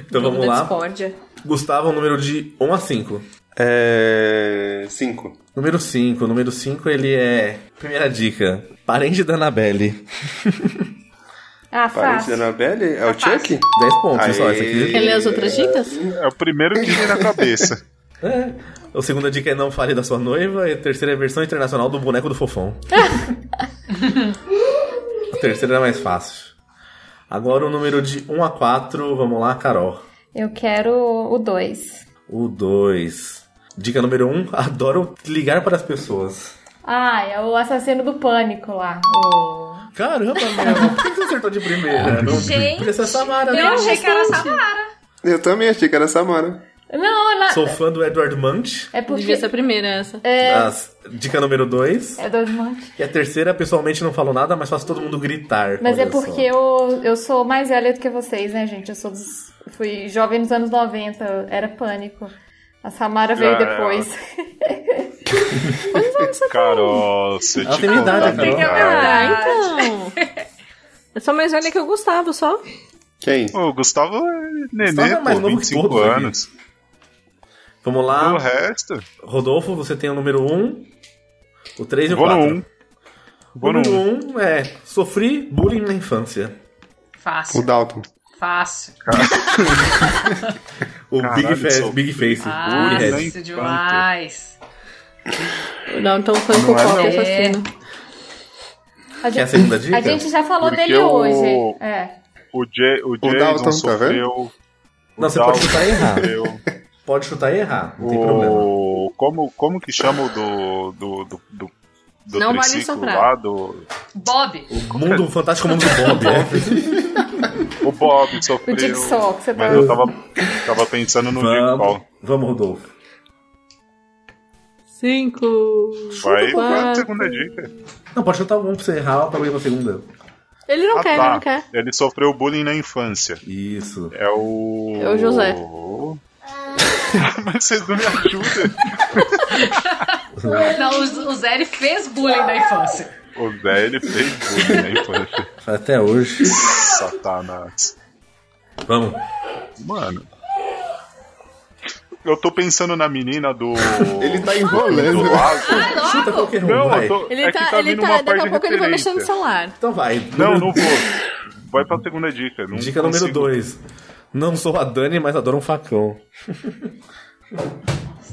[SPEAKER 2] Então
[SPEAKER 9] Jogo
[SPEAKER 2] vamos
[SPEAKER 9] da
[SPEAKER 2] lá.
[SPEAKER 9] discórdia.
[SPEAKER 2] Gustavo, número de 1 a 5.
[SPEAKER 4] É. 5.
[SPEAKER 2] Número 5. Número 5, ele é. Primeira dica: parente da Anabelle.
[SPEAKER 8] Ah,
[SPEAKER 4] Parente
[SPEAKER 8] fácil.
[SPEAKER 4] da Anabelle? É o Chuck?
[SPEAKER 2] 10 pontos só,
[SPEAKER 4] Aê.
[SPEAKER 2] esse aqui.
[SPEAKER 9] Quer ler as outras dicas?
[SPEAKER 5] É o primeiro que vem
[SPEAKER 2] *laughs*
[SPEAKER 5] na cabeça.
[SPEAKER 2] É. A segunda dica é não fale da sua noiva. E a terceira é a versão internacional do boneco
[SPEAKER 3] *laughs*
[SPEAKER 2] do fofão. a terceira é mais fácil. Agora o número de 1 a 4. Vamos lá, Carol.
[SPEAKER 8] Eu quero o 2.
[SPEAKER 2] O 2. Dica número 1. *laughs* Adoro ligar para as pessoas.
[SPEAKER 8] Ah, é o assassino do pânico lá. O...
[SPEAKER 2] Caramba, meu. Por que você acertou de primeira? Não,
[SPEAKER 3] Gente,
[SPEAKER 2] podia ser a Samara,
[SPEAKER 3] Eu
[SPEAKER 2] né?
[SPEAKER 3] achei que era Samara.
[SPEAKER 4] Eu também achei que era a Samara.
[SPEAKER 8] Não, é na...
[SPEAKER 2] Sou fã do Edward Munch.
[SPEAKER 8] é
[SPEAKER 9] Devia
[SPEAKER 8] porque.
[SPEAKER 9] ser a primeira essa.
[SPEAKER 3] É.
[SPEAKER 2] As- dica número 2.
[SPEAKER 8] É dois montes.
[SPEAKER 2] E a terceira, pessoalmente, não falo nada, mas faço todo mundo gritar.
[SPEAKER 8] Mas é
[SPEAKER 2] Olha só.
[SPEAKER 8] porque eu, eu sou mais velha do que vocês, né, gente? Eu sou dos- fui jovem nos anos 90, era pânico. A Samara veio
[SPEAKER 5] Ah,
[SPEAKER 8] depois.
[SPEAKER 5] Carol, você
[SPEAKER 2] Ela
[SPEAKER 5] te
[SPEAKER 2] tem minha idade,
[SPEAKER 5] contar,
[SPEAKER 2] Carol.
[SPEAKER 5] cara.
[SPEAKER 9] Ah, então. *laughs* Eu sou mais velha que o Gustavo só.
[SPEAKER 4] Quem?
[SPEAKER 5] O Gustavo é
[SPEAKER 2] Gustavo
[SPEAKER 5] nenê,
[SPEAKER 2] é mais novo
[SPEAKER 5] pô,
[SPEAKER 2] que Ah.
[SPEAKER 5] 25
[SPEAKER 2] todos aqui.
[SPEAKER 5] anos.
[SPEAKER 2] Vamos
[SPEAKER 5] O
[SPEAKER 2] lá.
[SPEAKER 5] resto,
[SPEAKER 2] Rodolfo, você tem um, o número 1, o 3 e o
[SPEAKER 5] vou
[SPEAKER 2] 4.
[SPEAKER 5] no 1. Vou
[SPEAKER 2] Número
[SPEAKER 5] no-
[SPEAKER 2] um é sofri bullying na infância.
[SPEAKER 4] O
[SPEAKER 3] Fácil.
[SPEAKER 4] Dalton.
[SPEAKER 3] Fácil.
[SPEAKER 2] O
[SPEAKER 5] Caralho,
[SPEAKER 2] Big Face,
[SPEAKER 5] sou-
[SPEAKER 2] Big Face,
[SPEAKER 8] Ah.
[SPEAKER 2] Bullyhead.
[SPEAKER 3] Fácil demais.
[SPEAKER 9] Não, então foi um
[SPEAKER 5] Não é,
[SPEAKER 9] copo
[SPEAKER 5] não.
[SPEAKER 9] assassino.
[SPEAKER 8] A
[SPEAKER 2] Quer a
[SPEAKER 8] gente,
[SPEAKER 2] segunda
[SPEAKER 8] a
[SPEAKER 2] dica?
[SPEAKER 8] gente já falou
[SPEAKER 5] Porque
[SPEAKER 8] dele
[SPEAKER 5] o-
[SPEAKER 8] hoje. É.
[SPEAKER 5] O, Jay, o Jason
[SPEAKER 4] Dalton, tá
[SPEAKER 5] sofreu.
[SPEAKER 2] Não, você
[SPEAKER 5] Dalton
[SPEAKER 2] pode chutar e errar.
[SPEAKER 5] sofreu.
[SPEAKER 2] Pode chutar e errar, *laughs* não tem problema.
[SPEAKER 5] o... como, como que chama o do. do, do, do do
[SPEAKER 9] Não vale
[SPEAKER 5] triciclo
[SPEAKER 9] soprar.
[SPEAKER 5] lá do. é?
[SPEAKER 3] Bob.
[SPEAKER 2] O mundo fantástico
[SPEAKER 5] *laughs*
[SPEAKER 2] mundo do Bob, é.
[SPEAKER 5] O
[SPEAKER 9] *laughs*
[SPEAKER 5] Bob
[SPEAKER 8] O
[SPEAKER 5] sofreu.
[SPEAKER 8] Dick Sol, que você tá.
[SPEAKER 5] Mas eu tava, tava pensando no Dick
[SPEAKER 2] Vamos,
[SPEAKER 5] Paul.
[SPEAKER 2] vamos, Rodolfo.
[SPEAKER 9] Cinco.
[SPEAKER 5] Vai
[SPEAKER 9] Quatro.
[SPEAKER 5] pra segunda dica.
[SPEAKER 2] Não, pode chutar um pra você errar pra ir pra segunda.
[SPEAKER 9] Ele não
[SPEAKER 5] Ah,
[SPEAKER 9] quer,
[SPEAKER 5] tá.
[SPEAKER 9] ele não quer.
[SPEAKER 5] Ele sofreu bullying na infância.
[SPEAKER 2] Isso.
[SPEAKER 5] É o.
[SPEAKER 9] É o José.
[SPEAKER 5] *laughs* Mas vocês não me ajudam.
[SPEAKER 3] Não, o o Zé ele fez bullying na infância.
[SPEAKER 5] O Zé, ele fez bullying na infância.
[SPEAKER 2] Até hoje.
[SPEAKER 5] Satanás.
[SPEAKER 2] Vamos.
[SPEAKER 5] Mano. Eu tô pensando na menina do.
[SPEAKER 4] Ele tá
[SPEAKER 5] do
[SPEAKER 4] enrolando.
[SPEAKER 5] lago.
[SPEAKER 2] Chuta qualquer um,
[SPEAKER 5] Não,
[SPEAKER 2] vai.
[SPEAKER 5] eu tô.
[SPEAKER 9] Ele
[SPEAKER 5] é
[SPEAKER 9] tá,
[SPEAKER 5] que tá
[SPEAKER 9] ele
[SPEAKER 5] vindo uma
[SPEAKER 9] tá,
[SPEAKER 5] parte
[SPEAKER 9] daqui a
[SPEAKER 5] de
[SPEAKER 9] pouco ele vai
[SPEAKER 5] referência.
[SPEAKER 9] mexendo no celular.
[SPEAKER 2] Então vai.
[SPEAKER 5] Não,
[SPEAKER 2] Número-
[SPEAKER 5] não vou. Vai pra segunda dica. Não
[SPEAKER 2] Dica número
[SPEAKER 5] consigo.
[SPEAKER 2] 2. Não sou a Dani, mas adoro um facão.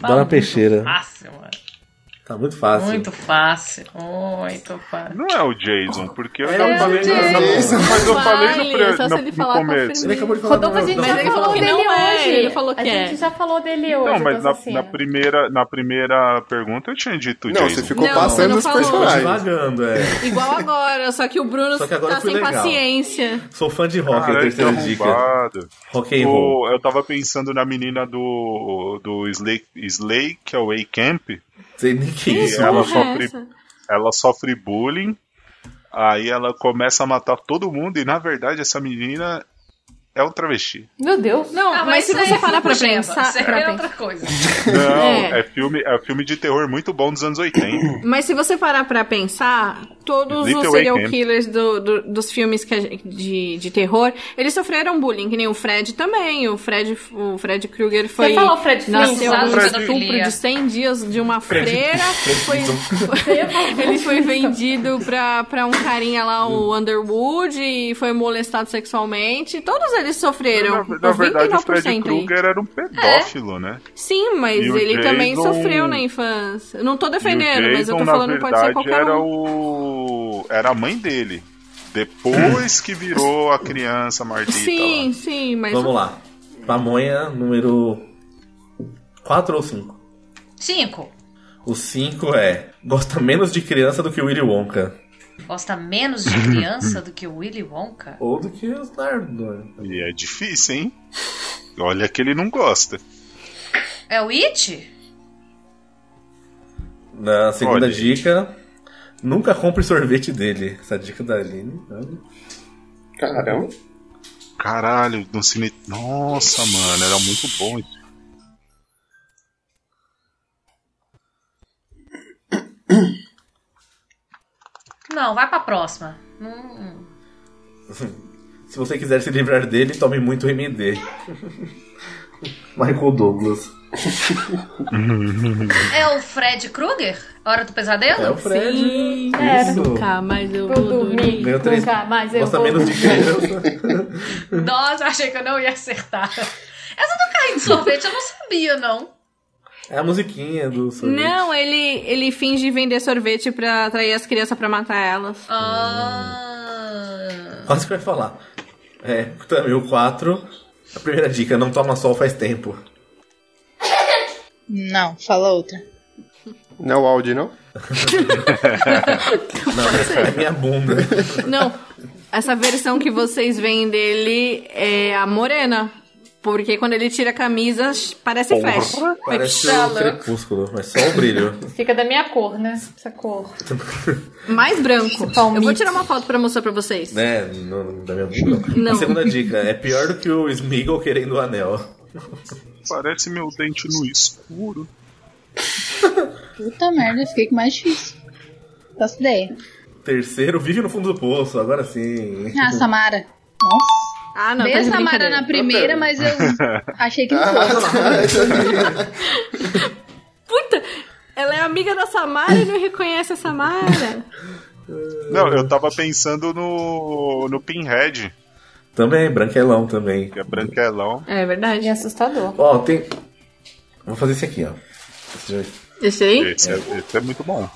[SPEAKER 2] Dona Peixeira.
[SPEAKER 3] Fácil, mano.
[SPEAKER 2] Tá muito fácil.
[SPEAKER 3] Muito fácil. Muito fácil.
[SPEAKER 5] Não é o Jason, porque eu
[SPEAKER 2] É,
[SPEAKER 5] já
[SPEAKER 2] eu
[SPEAKER 5] falei.
[SPEAKER 2] sei.
[SPEAKER 5] Mas eu falei no,
[SPEAKER 9] Vale,
[SPEAKER 5] pre-
[SPEAKER 9] é só se
[SPEAKER 5] no-
[SPEAKER 9] ele
[SPEAKER 5] no
[SPEAKER 9] falar
[SPEAKER 5] começo.
[SPEAKER 2] Ele
[SPEAKER 9] confirma.
[SPEAKER 2] acabou de falar.
[SPEAKER 8] Rodolfo, a gente
[SPEAKER 9] Mas
[SPEAKER 8] já
[SPEAKER 9] ele
[SPEAKER 8] falou,
[SPEAKER 9] falou que
[SPEAKER 8] dele
[SPEAKER 9] não é,
[SPEAKER 8] hoje.
[SPEAKER 9] ele falou que
[SPEAKER 8] a
[SPEAKER 9] é.
[SPEAKER 8] gente já falou dele hoje. assim,
[SPEAKER 5] Não,
[SPEAKER 8] do
[SPEAKER 5] mas na,
[SPEAKER 9] assim,
[SPEAKER 8] assassino.
[SPEAKER 5] na primeira, na primeira pergunta eu tinha dito
[SPEAKER 4] Não,
[SPEAKER 5] Jason.
[SPEAKER 4] você ficou
[SPEAKER 9] Não, você
[SPEAKER 4] passando
[SPEAKER 9] não
[SPEAKER 4] os
[SPEAKER 9] falou.
[SPEAKER 2] Tô
[SPEAKER 4] personagens.
[SPEAKER 2] devagando, é.
[SPEAKER 9] Igual agora, só que o Bruno
[SPEAKER 2] Só que agora
[SPEAKER 9] tá
[SPEAKER 2] foi
[SPEAKER 9] sem
[SPEAKER 2] legal.
[SPEAKER 9] paciência.
[SPEAKER 2] Sou fã de rock, é a
[SPEAKER 5] Caralho, que
[SPEAKER 2] terceira dica.
[SPEAKER 5] arrombado.
[SPEAKER 2] Rock and roll.
[SPEAKER 5] O, eu tava pensando na menina do, do Slay, Slay, que é o A-Camp.
[SPEAKER 2] Sei nem que
[SPEAKER 5] E
[SPEAKER 2] isso.
[SPEAKER 9] porra
[SPEAKER 5] ela
[SPEAKER 9] é
[SPEAKER 5] sofre,
[SPEAKER 9] essa?
[SPEAKER 5] ela sofre bullying. Aí ela começa a matar todo mundo. E na verdade, essa menina é um travesti.
[SPEAKER 8] Meu Deus.
[SPEAKER 9] Não, mas se
[SPEAKER 3] isso aí
[SPEAKER 9] você
[SPEAKER 3] é
[SPEAKER 9] parar pra
[SPEAKER 3] fugenda,
[SPEAKER 9] pensar,
[SPEAKER 3] isso aí
[SPEAKER 9] pra
[SPEAKER 3] é
[SPEAKER 9] pensar-
[SPEAKER 3] outra coisa.
[SPEAKER 5] Não,
[SPEAKER 9] *laughs* É.
[SPEAKER 5] é, filme, é filme de terror muito bom dos anos 80.
[SPEAKER 9] Mas se você parar pra pensar, todos
[SPEAKER 5] Little
[SPEAKER 9] os serial
[SPEAKER 5] Wayne.
[SPEAKER 9] killers do- do- dos filmes que a gente- de, de terror, eles sofreram bullying, que nem o Fred também. O Fred, o Fred Krueger foi...
[SPEAKER 8] Você falou Fred
[SPEAKER 9] Nasceu
[SPEAKER 3] Flintstone,
[SPEAKER 9] um
[SPEAKER 5] Fred-
[SPEAKER 9] estupro de 100 dias de uma freira. Foi, ele
[SPEAKER 8] Fred
[SPEAKER 9] foi vendido pra, pra um carinha lá,
[SPEAKER 5] Hum.
[SPEAKER 9] o Underwood, e foi molestado sexualmente. Todos eles
[SPEAKER 5] Na,
[SPEAKER 9] sofreram.
[SPEAKER 5] na verdade, o Fred
[SPEAKER 9] 99% aí. É?
[SPEAKER 5] Krueger era um pedófilo, né?
[SPEAKER 9] Sim, mas
[SPEAKER 5] E o
[SPEAKER 9] ele também
[SPEAKER 5] Jason-
[SPEAKER 9] sofreu na infância. Eu Não tô
[SPEAKER 5] E o
[SPEAKER 9] defendendo, mas eu tô
[SPEAKER 5] Jason,
[SPEAKER 9] falando
[SPEAKER 5] na
[SPEAKER 9] que pode ser
[SPEAKER 5] verdade,
[SPEAKER 9] qualquer
[SPEAKER 5] era
[SPEAKER 9] um.
[SPEAKER 5] o era a mãe dele. Depois que virou a criança mardita
[SPEAKER 9] Sim, sim, mas.
[SPEAKER 2] Vamos lá. Pamonha número 4 ou 5?
[SPEAKER 3] Cinco.
[SPEAKER 2] O 5 é. Gosta menos de criança do que o Willy Wonka.
[SPEAKER 3] Gosta menos de criança do que o Willy Wonka?
[SPEAKER 2] Ou do que os Nardo.
[SPEAKER 5] lá. E é difícil, hein? Olha que ele não gosta.
[SPEAKER 3] É o It?
[SPEAKER 2] Na segunda
[SPEAKER 5] Olha.
[SPEAKER 2] dica. Nunca compre sorvete dele. Essa dica da Aline. olha.
[SPEAKER 4] Caramba.
[SPEAKER 5] Caralho, no cine. Nossa, mano, era muito bom. isso.
[SPEAKER 3] Não, vai pra próxima. Hum,
[SPEAKER 2] Se você quiser se livrar dele, tome muito MD. Michael Douglas.
[SPEAKER 3] É o Fred Krueger? Hora do pesadelo?
[SPEAKER 2] É o Fred.
[SPEAKER 9] Sim,
[SPEAKER 2] Isso.
[SPEAKER 9] Tá, mas eu
[SPEAKER 8] Vou dormir.
[SPEAKER 2] Ganhou três.
[SPEAKER 8] Nunca mais eu
[SPEAKER 2] Gosta
[SPEAKER 8] vou
[SPEAKER 2] menos de criança.
[SPEAKER 3] Nossa, achei que eu não ia acertar. Essa do carrinho de sorvete eu não sabia, não.
[SPEAKER 2] É a musiquinha do sorvete.
[SPEAKER 9] Não, ele, ele finge vender sorvete pra atrair as crianças pra matar elas.
[SPEAKER 5] Hum.
[SPEAKER 3] Ah,
[SPEAKER 2] Quase que eu ia falar. É, também o 4. A primeira dica, não toma sol faz tempo.
[SPEAKER 7] Não, fala outra.
[SPEAKER 4] Não é o Audi, não?
[SPEAKER 2] Não, essa é minha bunda.
[SPEAKER 9] Não, essa versão que vocês veem dele é a morena. Porque quando ele tira a camisa, parece flash.
[SPEAKER 2] Parece
[SPEAKER 9] Tá
[SPEAKER 2] o
[SPEAKER 9] louco.
[SPEAKER 2] crepúsculo, mas só o brilho.
[SPEAKER 8] Fica da minha cor, né? Essa cor.
[SPEAKER 9] Mais branco.
[SPEAKER 8] Palmito.
[SPEAKER 9] Eu vou tirar uma foto pra mostrar pra vocês.
[SPEAKER 2] Né? Não, da minha bunda.
[SPEAKER 9] Não.
[SPEAKER 2] A segunda dica, é pior do que o Smeagol querendo o anel.
[SPEAKER 5] Parece meu dente no escuro.
[SPEAKER 7] Puta merda, fiquei com mais difícil. Tá Faço ideia.
[SPEAKER 2] Terceiro, vive no fundo do poço, agora sim.
[SPEAKER 7] Ah, Samara. Nossa.
[SPEAKER 9] Ah, não, tá
[SPEAKER 7] Dei
[SPEAKER 9] de
[SPEAKER 7] Samara
[SPEAKER 9] brincadeira.
[SPEAKER 7] na
[SPEAKER 2] Tá
[SPEAKER 7] primeira, mas eu *laughs* achei que não
[SPEAKER 2] Ah,
[SPEAKER 7] fosse. *laughs*
[SPEAKER 9] Puta, ela é amiga da Samara e não reconhece a Samara.
[SPEAKER 5] Não, eu tava pensando no, no Pinhead,
[SPEAKER 2] Também, branquelão também.
[SPEAKER 5] que é branquelão.
[SPEAKER 9] É verdade.
[SPEAKER 8] É assustador.
[SPEAKER 2] Ó, tem. Vou fazer esse aqui, ó. Esse jeito.
[SPEAKER 9] Esse aí?
[SPEAKER 5] Esse é, esse é muito bom.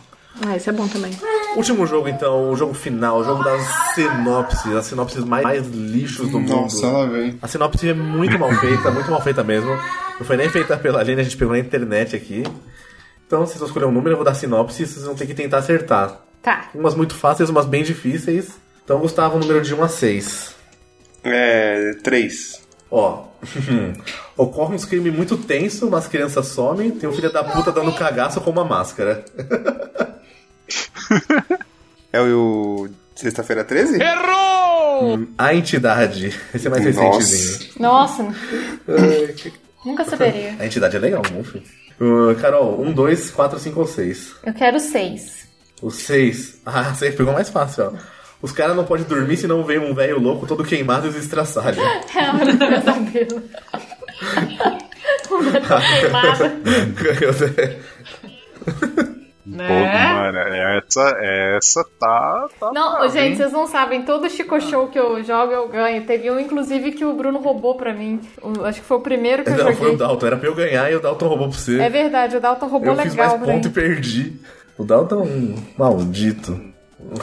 [SPEAKER 9] Ah, esse é bom também.
[SPEAKER 2] Último jogo, então, o jogo final, o jogo das sinopses, as sinopses mais, mais lixos do
[SPEAKER 6] Nossa,
[SPEAKER 2] mundo.
[SPEAKER 6] ela vem.
[SPEAKER 2] A sinopse é muito mal feita, muito mal feita mesmo. Não foi nem feita pela Aline, a gente pegou na internet aqui. Então, vocês vão escolher um número, eu vou dar sinopse e vocês vão ter que tentar acertar.
[SPEAKER 8] Tá.
[SPEAKER 2] Umas muito fáceis, umas bem difíceis. Então, Gustavo, número de 1 a 6.
[SPEAKER 4] É. Três.
[SPEAKER 2] Ó. *laughs* Ocorre um crime muito tenso, umas crianças somem, tem um filho da puta dando cagaço com uma máscara.
[SPEAKER 4] É o. Sexta-feira 13? *laughs*
[SPEAKER 2] A entidade. Esse é mais
[SPEAKER 4] Nossa.
[SPEAKER 2] recentezinho.
[SPEAKER 8] Nossa, nunca saberia.
[SPEAKER 2] A entidade é legal, um filme. Uh, Carol, 1, 2, 4, 5 ou 6?
[SPEAKER 8] Eu quero seis.
[SPEAKER 2] O 6. *laughs* Ah, você pegou mais fácil, ó. Os caras não podem dormir se não vem um velho louco todo queimado e
[SPEAKER 8] *laughs*
[SPEAKER 2] destraçalho.
[SPEAKER 8] É a hora do pesadelo. Uma tá queimada.
[SPEAKER 5] Pô,
[SPEAKER 3] Né?
[SPEAKER 5] mano, essa, essa tá. tá
[SPEAKER 8] Não,
[SPEAKER 5] brava,
[SPEAKER 8] gente,
[SPEAKER 5] hein?
[SPEAKER 8] vocês não sabem, todo
[SPEAKER 2] Ah.
[SPEAKER 8] Chico Show que eu jogo eu ganho. Teve um, inclusive, que o Bruno roubou pra mim. O- acho que foi o primeiro que
[SPEAKER 2] *laughs*
[SPEAKER 8] eu
[SPEAKER 2] não, foi o
[SPEAKER 8] joguei.
[SPEAKER 2] Dalton. Era pra eu ganhar e o Dalton roubou pra você.
[SPEAKER 8] É verdade, o Dalton roubou
[SPEAKER 2] eu
[SPEAKER 8] legal né?
[SPEAKER 2] fiz mais
[SPEAKER 8] pra mim.
[SPEAKER 2] ponto e perdi. O Dalton é um maldito.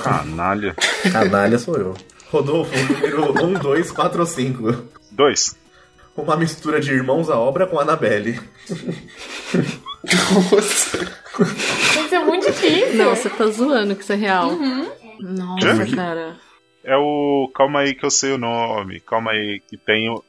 [SPEAKER 5] Canalha.
[SPEAKER 2] Canalha sou eu. Rodolfo, *laughs* um, número 1, 2, 4 ou 5.
[SPEAKER 5] Dois.
[SPEAKER 2] Uma mistura de Irmãos à Obra com Annabelle.
[SPEAKER 8] Gente, isso é muito difícil.
[SPEAKER 9] Não, você tá zoando que isso é real. Nossa,
[SPEAKER 5] Gente.
[SPEAKER 9] cara.
[SPEAKER 5] É o. Calma aí que eu sei o nome. Calma aí que tem o.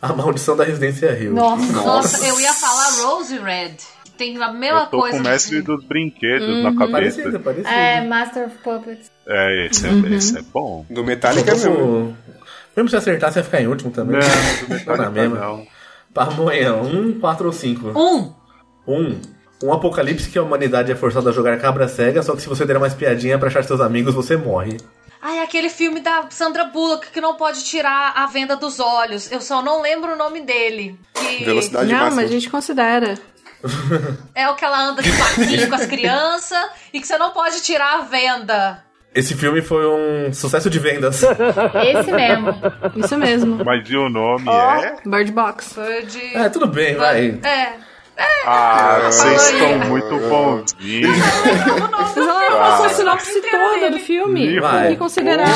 [SPEAKER 2] A Maldição da Residência Rio.
[SPEAKER 8] Nossa.
[SPEAKER 3] Nossa, eu ia falar Rose Red. Tem a mesma
[SPEAKER 5] Eu tô
[SPEAKER 3] coisa. Uhum.
[SPEAKER 5] com o mestre
[SPEAKER 3] de-
[SPEAKER 5] dos brinquedos na cabeça.
[SPEAKER 2] Parecido, parecido.
[SPEAKER 8] É, Master of Puppets.
[SPEAKER 5] É, esse é,
[SPEAKER 3] Uhum.
[SPEAKER 5] esse é bom.
[SPEAKER 4] Do Metallica
[SPEAKER 2] Rodolfo,
[SPEAKER 4] mesmo.
[SPEAKER 2] mesmo se acertar, um- você ia ficar em último também. *laughs*
[SPEAKER 5] Não, do
[SPEAKER 2] Tá na
[SPEAKER 5] Metallica
[SPEAKER 2] mesma.
[SPEAKER 5] não.
[SPEAKER 2] Pamonha, 1, 4 ou 5?
[SPEAKER 3] Um.
[SPEAKER 2] 1. Um apocalipse que a humanidade é forçada a jogar cabra cega, só que se você der mais piadinha pra achar seus amigos, você morre.
[SPEAKER 3] Ai, aquele filme da Sandra Bullock que não pode tirar a venda dos olhos. Eu só não lembro o nome dele. Que
[SPEAKER 5] tá
[SPEAKER 4] Velocidade
[SPEAKER 9] Não,
[SPEAKER 4] máxima.
[SPEAKER 9] mas a gente considera.
[SPEAKER 3] é o que ela anda de barquinho com as crianças e que você não pode tirar a venda.
[SPEAKER 2] Esse filme foi um sucesso de vendas.
[SPEAKER 8] Esse mesmo.
[SPEAKER 5] *laughs*
[SPEAKER 9] Isso mesmo.
[SPEAKER 5] Mas e o nome é?
[SPEAKER 9] Bird Box.
[SPEAKER 3] Foi de.
[SPEAKER 2] é, tudo bem, vai.
[SPEAKER 3] É.
[SPEAKER 5] Ah, vocês
[SPEAKER 3] falei.
[SPEAKER 5] estão muito bonzinhos.
[SPEAKER 3] *laughs*
[SPEAKER 9] Vocês não levaram a sinopse toda do filme.
[SPEAKER 2] Vai.
[SPEAKER 9] Tem que considerar.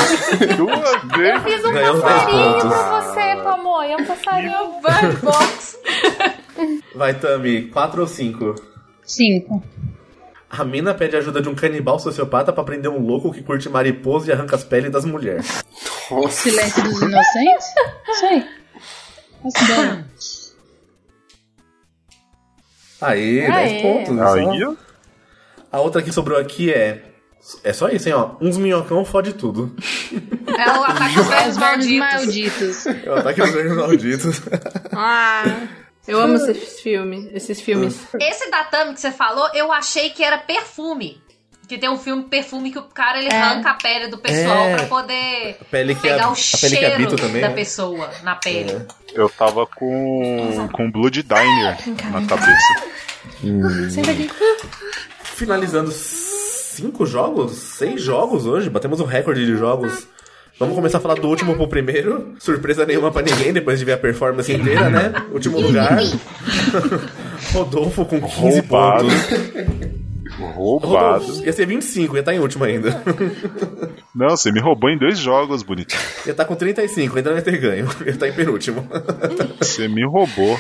[SPEAKER 5] Duas
[SPEAKER 8] Eu
[SPEAKER 5] vezes.
[SPEAKER 8] fiz um
[SPEAKER 2] Ganhou uns dez
[SPEAKER 8] passarinho
[SPEAKER 2] pontos.
[SPEAKER 8] pra você, pamonha. Um passarinho.
[SPEAKER 3] Bird Box.
[SPEAKER 2] Vai, Tami, 4 ou 5?
[SPEAKER 7] Cinco.
[SPEAKER 2] A mina pede ajuda de um canibal sociopata pra prender um louco que curte mariposa e arranca as peles das mulheres.
[SPEAKER 4] Nossa.
[SPEAKER 7] Silêncio dos Inocentes? Sei. Nossa,
[SPEAKER 2] Aí, 10
[SPEAKER 8] Aê.
[SPEAKER 2] pontos.
[SPEAKER 5] Aí,
[SPEAKER 2] só.
[SPEAKER 5] ó.
[SPEAKER 2] A outra que sobrou aqui é. É só isso, hein, ó. Uns minhocão fode tudo.
[SPEAKER 3] É
[SPEAKER 2] *laughs*
[SPEAKER 3] o ataque dos
[SPEAKER 7] Os
[SPEAKER 3] vermes
[SPEAKER 7] vermes
[SPEAKER 3] malditos.
[SPEAKER 7] malditos.
[SPEAKER 2] É o ataque dos anjos malditos.
[SPEAKER 9] Ah, eu amo esses filmes. Esses filmes.
[SPEAKER 3] Esse datame que você falou, eu achei que era perfume. Que tem um filme perfume que o cara ele arranca a pele do pessoal
[SPEAKER 2] É.
[SPEAKER 3] pra poder
[SPEAKER 2] A pele que,
[SPEAKER 3] pegar
[SPEAKER 2] a,
[SPEAKER 3] o
[SPEAKER 2] a pele que
[SPEAKER 3] cheiro
[SPEAKER 2] habita também.
[SPEAKER 3] da
[SPEAKER 2] né? É.
[SPEAKER 3] pessoa na pele. *laughs*
[SPEAKER 5] Eu tava com. com Blood Diner na cabeça.
[SPEAKER 2] Finalizando cinco jogos? Seis jogos hoje? Batemos um recorde de jogos. Vamos começar a falar do último pro primeiro. Surpresa nenhuma pra ninguém depois de ver a performance inteira, né? Último lugar. *laughs* Rodolfo com 15
[SPEAKER 5] Roubado.
[SPEAKER 2] pontos.
[SPEAKER 5] Roubado.
[SPEAKER 2] Rodolfo, ia ser 25, ia estar em último ainda.
[SPEAKER 5] Não, você me roubou em dois jogos, bonito.
[SPEAKER 2] Ia estar com 35, ainda não ia ter ganho. Ia estar em penúltimo. *laughs*
[SPEAKER 5] Você me roubou.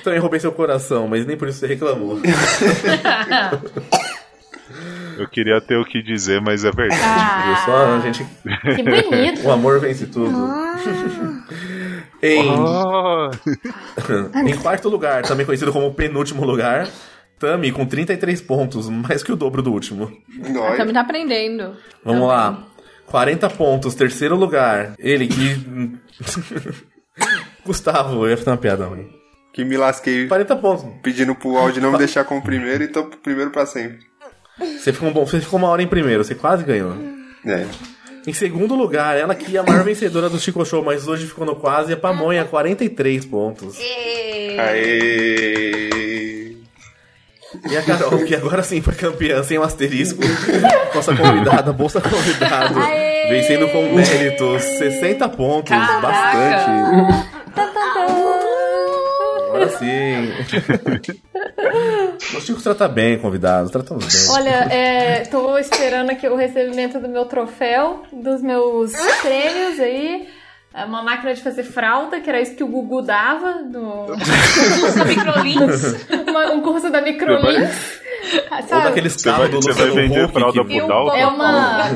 [SPEAKER 2] Então eu roubei seu coração, mas nem por isso você reclamou.
[SPEAKER 5] Eu queria ter o que dizer, mas é verdade.
[SPEAKER 2] Viu
[SPEAKER 8] Ah,
[SPEAKER 2] só, a gente.
[SPEAKER 8] que bonito.
[SPEAKER 2] O amor vence tudo. em,
[SPEAKER 5] Ah,
[SPEAKER 2] em quarto lugar, também conhecido como penúltimo lugar, Tami com 33 pontos, mais que o dobro do último.
[SPEAKER 5] Ah.
[SPEAKER 9] A
[SPEAKER 4] Dói.
[SPEAKER 9] Tami tá aprendendo.
[SPEAKER 2] Vamos lá. 40 pontos, terceiro lugar. Ele que. *laughs* Gustavo, eu ia fazer uma piada ruim.
[SPEAKER 4] Que me lasquei
[SPEAKER 2] 40 pontos.
[SPEAKER 4] pedindo pro Audi não me deixar com o primeiro e tô pro primeiro pra sempre.
[SPEAKER 2] Você ficou, um bom, você ficou uma hora em primeiro, você quase ganhou.
[SPEAKER 4] É.
[SPEAKER 2] Em segundo lugar, ela que é a maior vencedora do Chico Show, mas hoje ficou no quase, é Pamonha, 43 pontos.
[SPEAKER 3] E...
[SPEAKER 4] Aê.
[SPEAKER 2] E a Carol, que agora sim foi campeã sem um
[SPEAKER 8] *laughs*
[SPEAKER 2] asterisco, nossa convidada, bolsa convidado,
[SPEAKER 8] Aê!
[SPEAKER 2] vencendo com mérito, 60 pontos,
[SPEAKER 3] Caraca!
[SPEAKER 2] bastante.
[SPEAKER 8] Tan, tan, tan.
[SPEAKER 2] Agora sim. Os chicos tratam bem convidados, tratamos bem.
[SPEAKER 8] Olha, é, tô esperando aqui o recebimento do meu troféu, dos meus prêmios aí. É Uma máquina de fazer fralda, que era isso que o Gugu dava, no,
[SPEAKER 3] Busca
[SPEAKER 2] *laughs*
[SPEAKER 3] microlinks.
[SPEAKER 8] uma- um curso da Microlinks.
[SPEAKER 2] Ou
[SPEAKER 8] sabe?
[SPEAKER 2] daqueles
[SPEAKER 5] vai-
[SPEAKER 2] carros do
[SPEAKER 5] você vai
[SPEAKER 2] Luciano
[SPEAKER 5] vender
[SPEAKER 2] Huck
[SPEAKER 5] fralda
[SPEAKER 2] que-
[SPEAKER 5] pro Dalton?
[SPEAKER 8] É uma.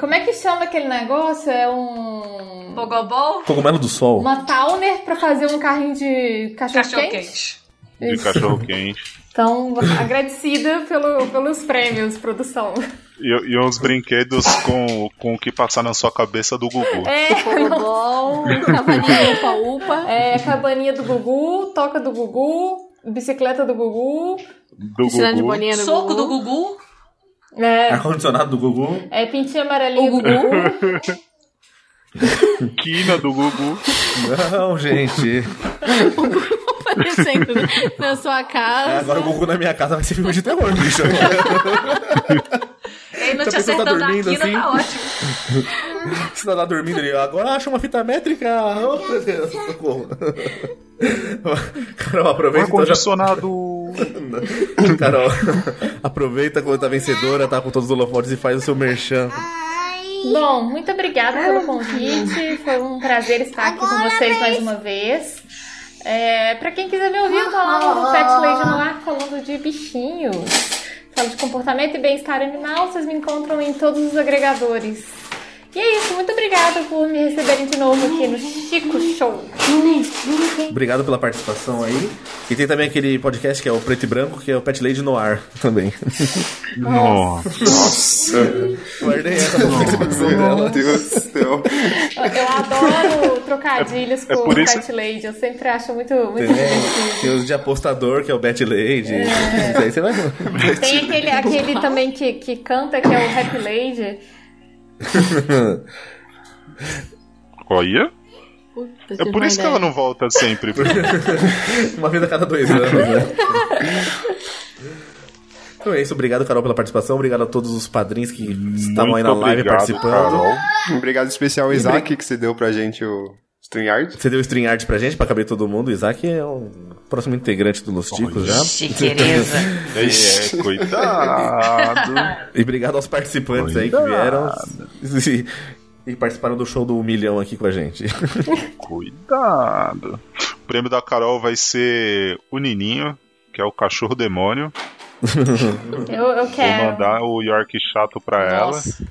[SPEAKER 8] Como é que chama aquele negócio? É um.
[SPEAKER 3] Pogobol,
[SPEAKER 2] Cogumelo do Sol.
[SPEAKER 8] Uma Towner pra fazer um carrinho de
[SPEAKER 3] cachorro
[SPEAKER 8] cachorro-quente.
[SPEAKER 3] quente.
[SPEAKER 5] de cachorro quente.
[SPEAKER 8] Então, agradecida pelo, pelos prêmios, produção.
[SPEAKER 5] E, e uns brinquedos com, com o que passar na sua cabeça do Gugu.
[SPEAKER 8] É,
[SPEAKER 9] *laughs* Pogobol, cavalinho upa-upa.
[SPEAKER 8] é cabaninha do Gugu, toca do Gugu, bicicleta do Gugu,
[SPEAKER 5] Do
[SPEAKER 9] Piscina de
[SPEAKER 5] Gugu.
[SPEAKER 9] bolinha no
[SPEAKER 3] Soco do
[SPEAKER 9] *laughs*
[SPEAKER 3] Gugu.
[SPEAKER 9] Gugu.
[SPEAKER 8] é,
[SPEAKER 2] Ar-condicionado do Gugu.
[SPEAKER 8] é pintinha amarelinha do Gugu.
[SPEAKER 5] Quina do Gugu.
[SPEAKER 2] Não, gente.
[SPEAKER 9] aparecendo na sua
[SPEAKER 2] É,
[SPEAKER 9] casa.
[SPEAKER 2] Agora o Gugu na minha casa vai ser filme de terror,
[SPEAKER 8] *laughs*
[SPEAKER 2] bicho.
[SPEAKER 3] Ele não
[SPEAKER 2] Se
[SPEAKER 3] te
[SPEAKER 2] a pessoa tá
[SPEAKER 3] acertando na
[SPEAKER 2] dormindo
[SPEAKER 3] quina,
[SPEAKER 2] assim.
[SPEAKER 3] tá ótimo.
[SPEAKER 2] Se tá lá dormindo, ele agora acha uma fita métrica. Oh, meu Deus, socorro. *laughs* Carol, aproveita então já...
[SPEAKER 5] Ar-condicionado.
[SPEAKER 2] Carol, *laughs* aproveita quando tá vencedora, tá com todos os holofotes e faz o seu merchan.
[SPEAKER 8] *laughs* Bom, muito obrigada pelo convite. Foi um prazer estar aqui com vocês mais uma vez. É, para quem quiser me ouvir, eu tô lá no Pet Lady no ar falando de bichinhos. Falo de comportamento e bem-estar animal. Vocês me encontram em todos os agregadores. E é isso, muito obrigada por me receberem de novo aqui no Chico Show.
[SPEAKER 2] Obrigado pela participação aí. E tem também aquele podcast que é o Preto e Branco, que é o Pet Lady Noir também.
[SPEAKER 5] Nossa.
[SPEAKER 2] Guardei essa *laughs* participação
[SPEAKER 4] Meu
[SPEAKER 2] dela.
[SPEAKER 4] Deus do céu.
[SPEAKER 8] Eu adoro trocadilhos
[SPEAKER 5] É
[SPEAKER 8] com
[SPEAKER 5] por
[SPEAKER 8] o
[SPEAKER 5] isso-
[SPEAKER 8] Pet Lady. Eu sempre acho muito, muito divertido.
[SPEAKER 2] Tem, tem os de apostador, que é o Bet Lady. Isso aí você vai.
[SPEAKER 8] Tem aquele, aquele também que, que canta, que é o Happy Lady.
[SPEAKER 5] Olha.
[SPEAKER 9] Puta,
[SPEAKER 5] É por isso que ela não volta sempre.
[SPEAKER 2] Uma vez a cada dois
[SPEAKER 5] *laughs*
[SPEAKER 2] anos, né?
[SPEAKER 5] É.
[SPEAKER 2] Então é isso, obrigado, Carol, pela participaão. Obrigado a todos os padrinhos que estavam aí na
[SPEAKER 5] Muito
[SPEAKER 2] live
[SPEAKER 5] obrigado,
[SPEAKER 2] participando.
[SPEAKER 5] Carol.
[SPEAKER 4] Um Obrigado especial ao Isaac que você deu pra gente o StreamYard.
[SPEAKER 2] Você deu stream art pra gente, pra caber todo mundo. O Isaac é o próximo integrante do Los Ticos já.
[SPEAKER 3] Chiquereza.
[SPEAKER 5] É, é,
[SPEAKER 9] *laughs*
[SPEAKER 5] coitado.
[SPEAKER 2] E obrigado aos participantes aí que vieram e, e participaram do show do milhão aqui com a gente.
[SPEAKER 5] Cuidado. O prêmio da Carol vai ser o Nininho, que é o cachorro demônio.
[SPEAKER 8] Eu, eu
[SPEAKER 5] Vou
[SPEAKER 8] quero.
[SPEAKER 5] mandar o York chato pra
[SPEAKER 3] Nossa.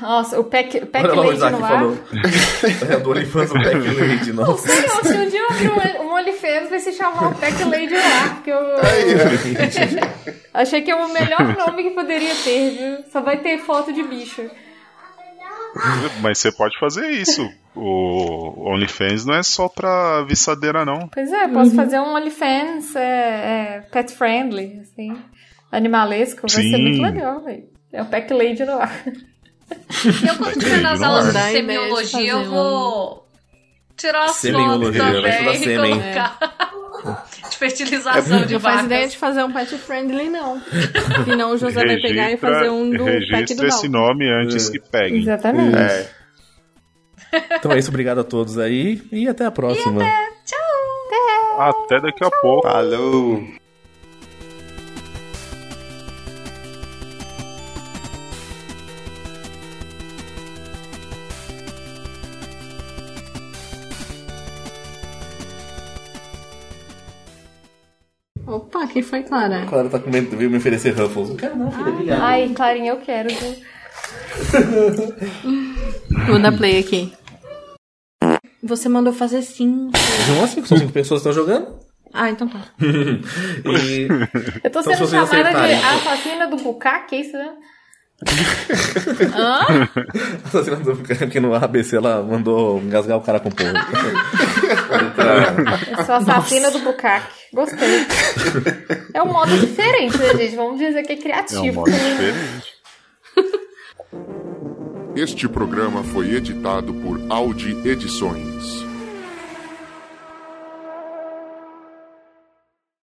[SPEAKER 8] Nossa, o Pack, pack
[SPEAKER 2] Olha lá o
[SPEAKER 8] Lady
[SPEAKER 2] Isaac
[SPEAKER 8] no ar.
[SPEAKER 2] falou. *laughs* é do OnlyFans o Pack
[SPEAKER 5] *laughs*
[SPEAKER 2] Lady,
[SPEAKER 8] Não
[SPEAKER 2] nossa.
[SPEAKER 8] sei, ó, se um dia eu abrir um, um OnlyFans, vai se chamar o Pack Lady no ar, porque
[SPEAKER 2] Tá
[SPEAKER 8] eu achei que é o melhor nome que poderia ter, viu? Só vai ter foto de bicho.
[SPEAKER 5] ela. Mas você pode fazer isso. O OnlyFans não é só pra viçadeira, não.
[SPEAKER 8] Pois é, posso fazer um OnlyFans é, é, pet friendly, assim, animalesco, vai ser
[SPEAKER 5] Sim.
[SPEAKER 8] muito legal, velho. É o Pack Lady no ar.
[SPEAKER 3] Eu, quando tiver nas
[SPEAKER 5] Não
[SPEAKER 3] aulas
[SPEAKER 9] dá
[SPEAKER 3] de
[SPEAKER 9] ideia de
[SPEAKER 3] semiologia, eu
[SPEAKER 9] fazer um-
[SPEAKER 3] vou tirar as fotos
[SPEAKER 2] Semiologia, vai estudar É.
[SPEAKER 3] também e
[SPEAKER 2] sêmen.
[SPEAKER 3] *laughs* colocar. *laughs* De fertilização de
[SPEAKER 9] Não faz ideia
[SPEAKER 3] vacas.
[SPEAKER 9] de fazer um pet friendly, não. E não o José vai pegar e fazer
[SPEAKER 5] Registra,
[SPEAKER 9] um do pack do
[SPEAKER 5] registra esse
[SPEAKER 9] Dalton.
[SPEAKER 5] nome antes
[SPEAKER 2] É.
[SPEAKER 5] que peguem.
[SPEAKER 8] Exatamente.
[SPEAKER 4] É.
[SPEAKER 2] Então é isso, obrigado a todos aí e até a próxima.
[SPEAKER 5] Até daqui a pouco.
[SPEAKER 4] Falou.
[SPEAKER 9] Opa, quem foi, Clara?
[SPEAKER 2] Claro, tá com medo, veio me oferecer Ruffles. Não quero não, filha, obrigado.
[SPEAKER 8] Ai, Clarinha, eu quero, viu?
[SPEAKER 9] Vou dar play aqui. Você mandou fazer sim.
[SPEAKER 2] Nossa, cinco, são cinco pessoas um que estão jogando.
[SPEAKER 9] Ah, então tá.
[SPEAKER 2] E *laughs*
[SPEAKER 8] Eu tô
[SPEAKER 2] Então,
[SPEAKER 8] sendo
[SPEAKER 2] se vocês
[SPEAKER 8] chamada de
[SPEAKER 2] acertarem, então.
[SPEAKER 8] assassina do bucaque, é isso, né?
[SPEAKER 9] Hã?
[SPEAKER 2] assassina do que no ABC ela mandou engasgar o cara com o povo.
[SPEAKER 8] Eu sou assassina do bucaque. Gostei. É um modo diferente, né, gente? Vamos dizer que é
[SPEAKER 9] Tipo.
[SPEAKER 5] É um
[SPEAKER 8] criativo.
[SPEAKER 5] modo diferente.
[SPEAKER 6] Este programa foi editado por Audi Edições.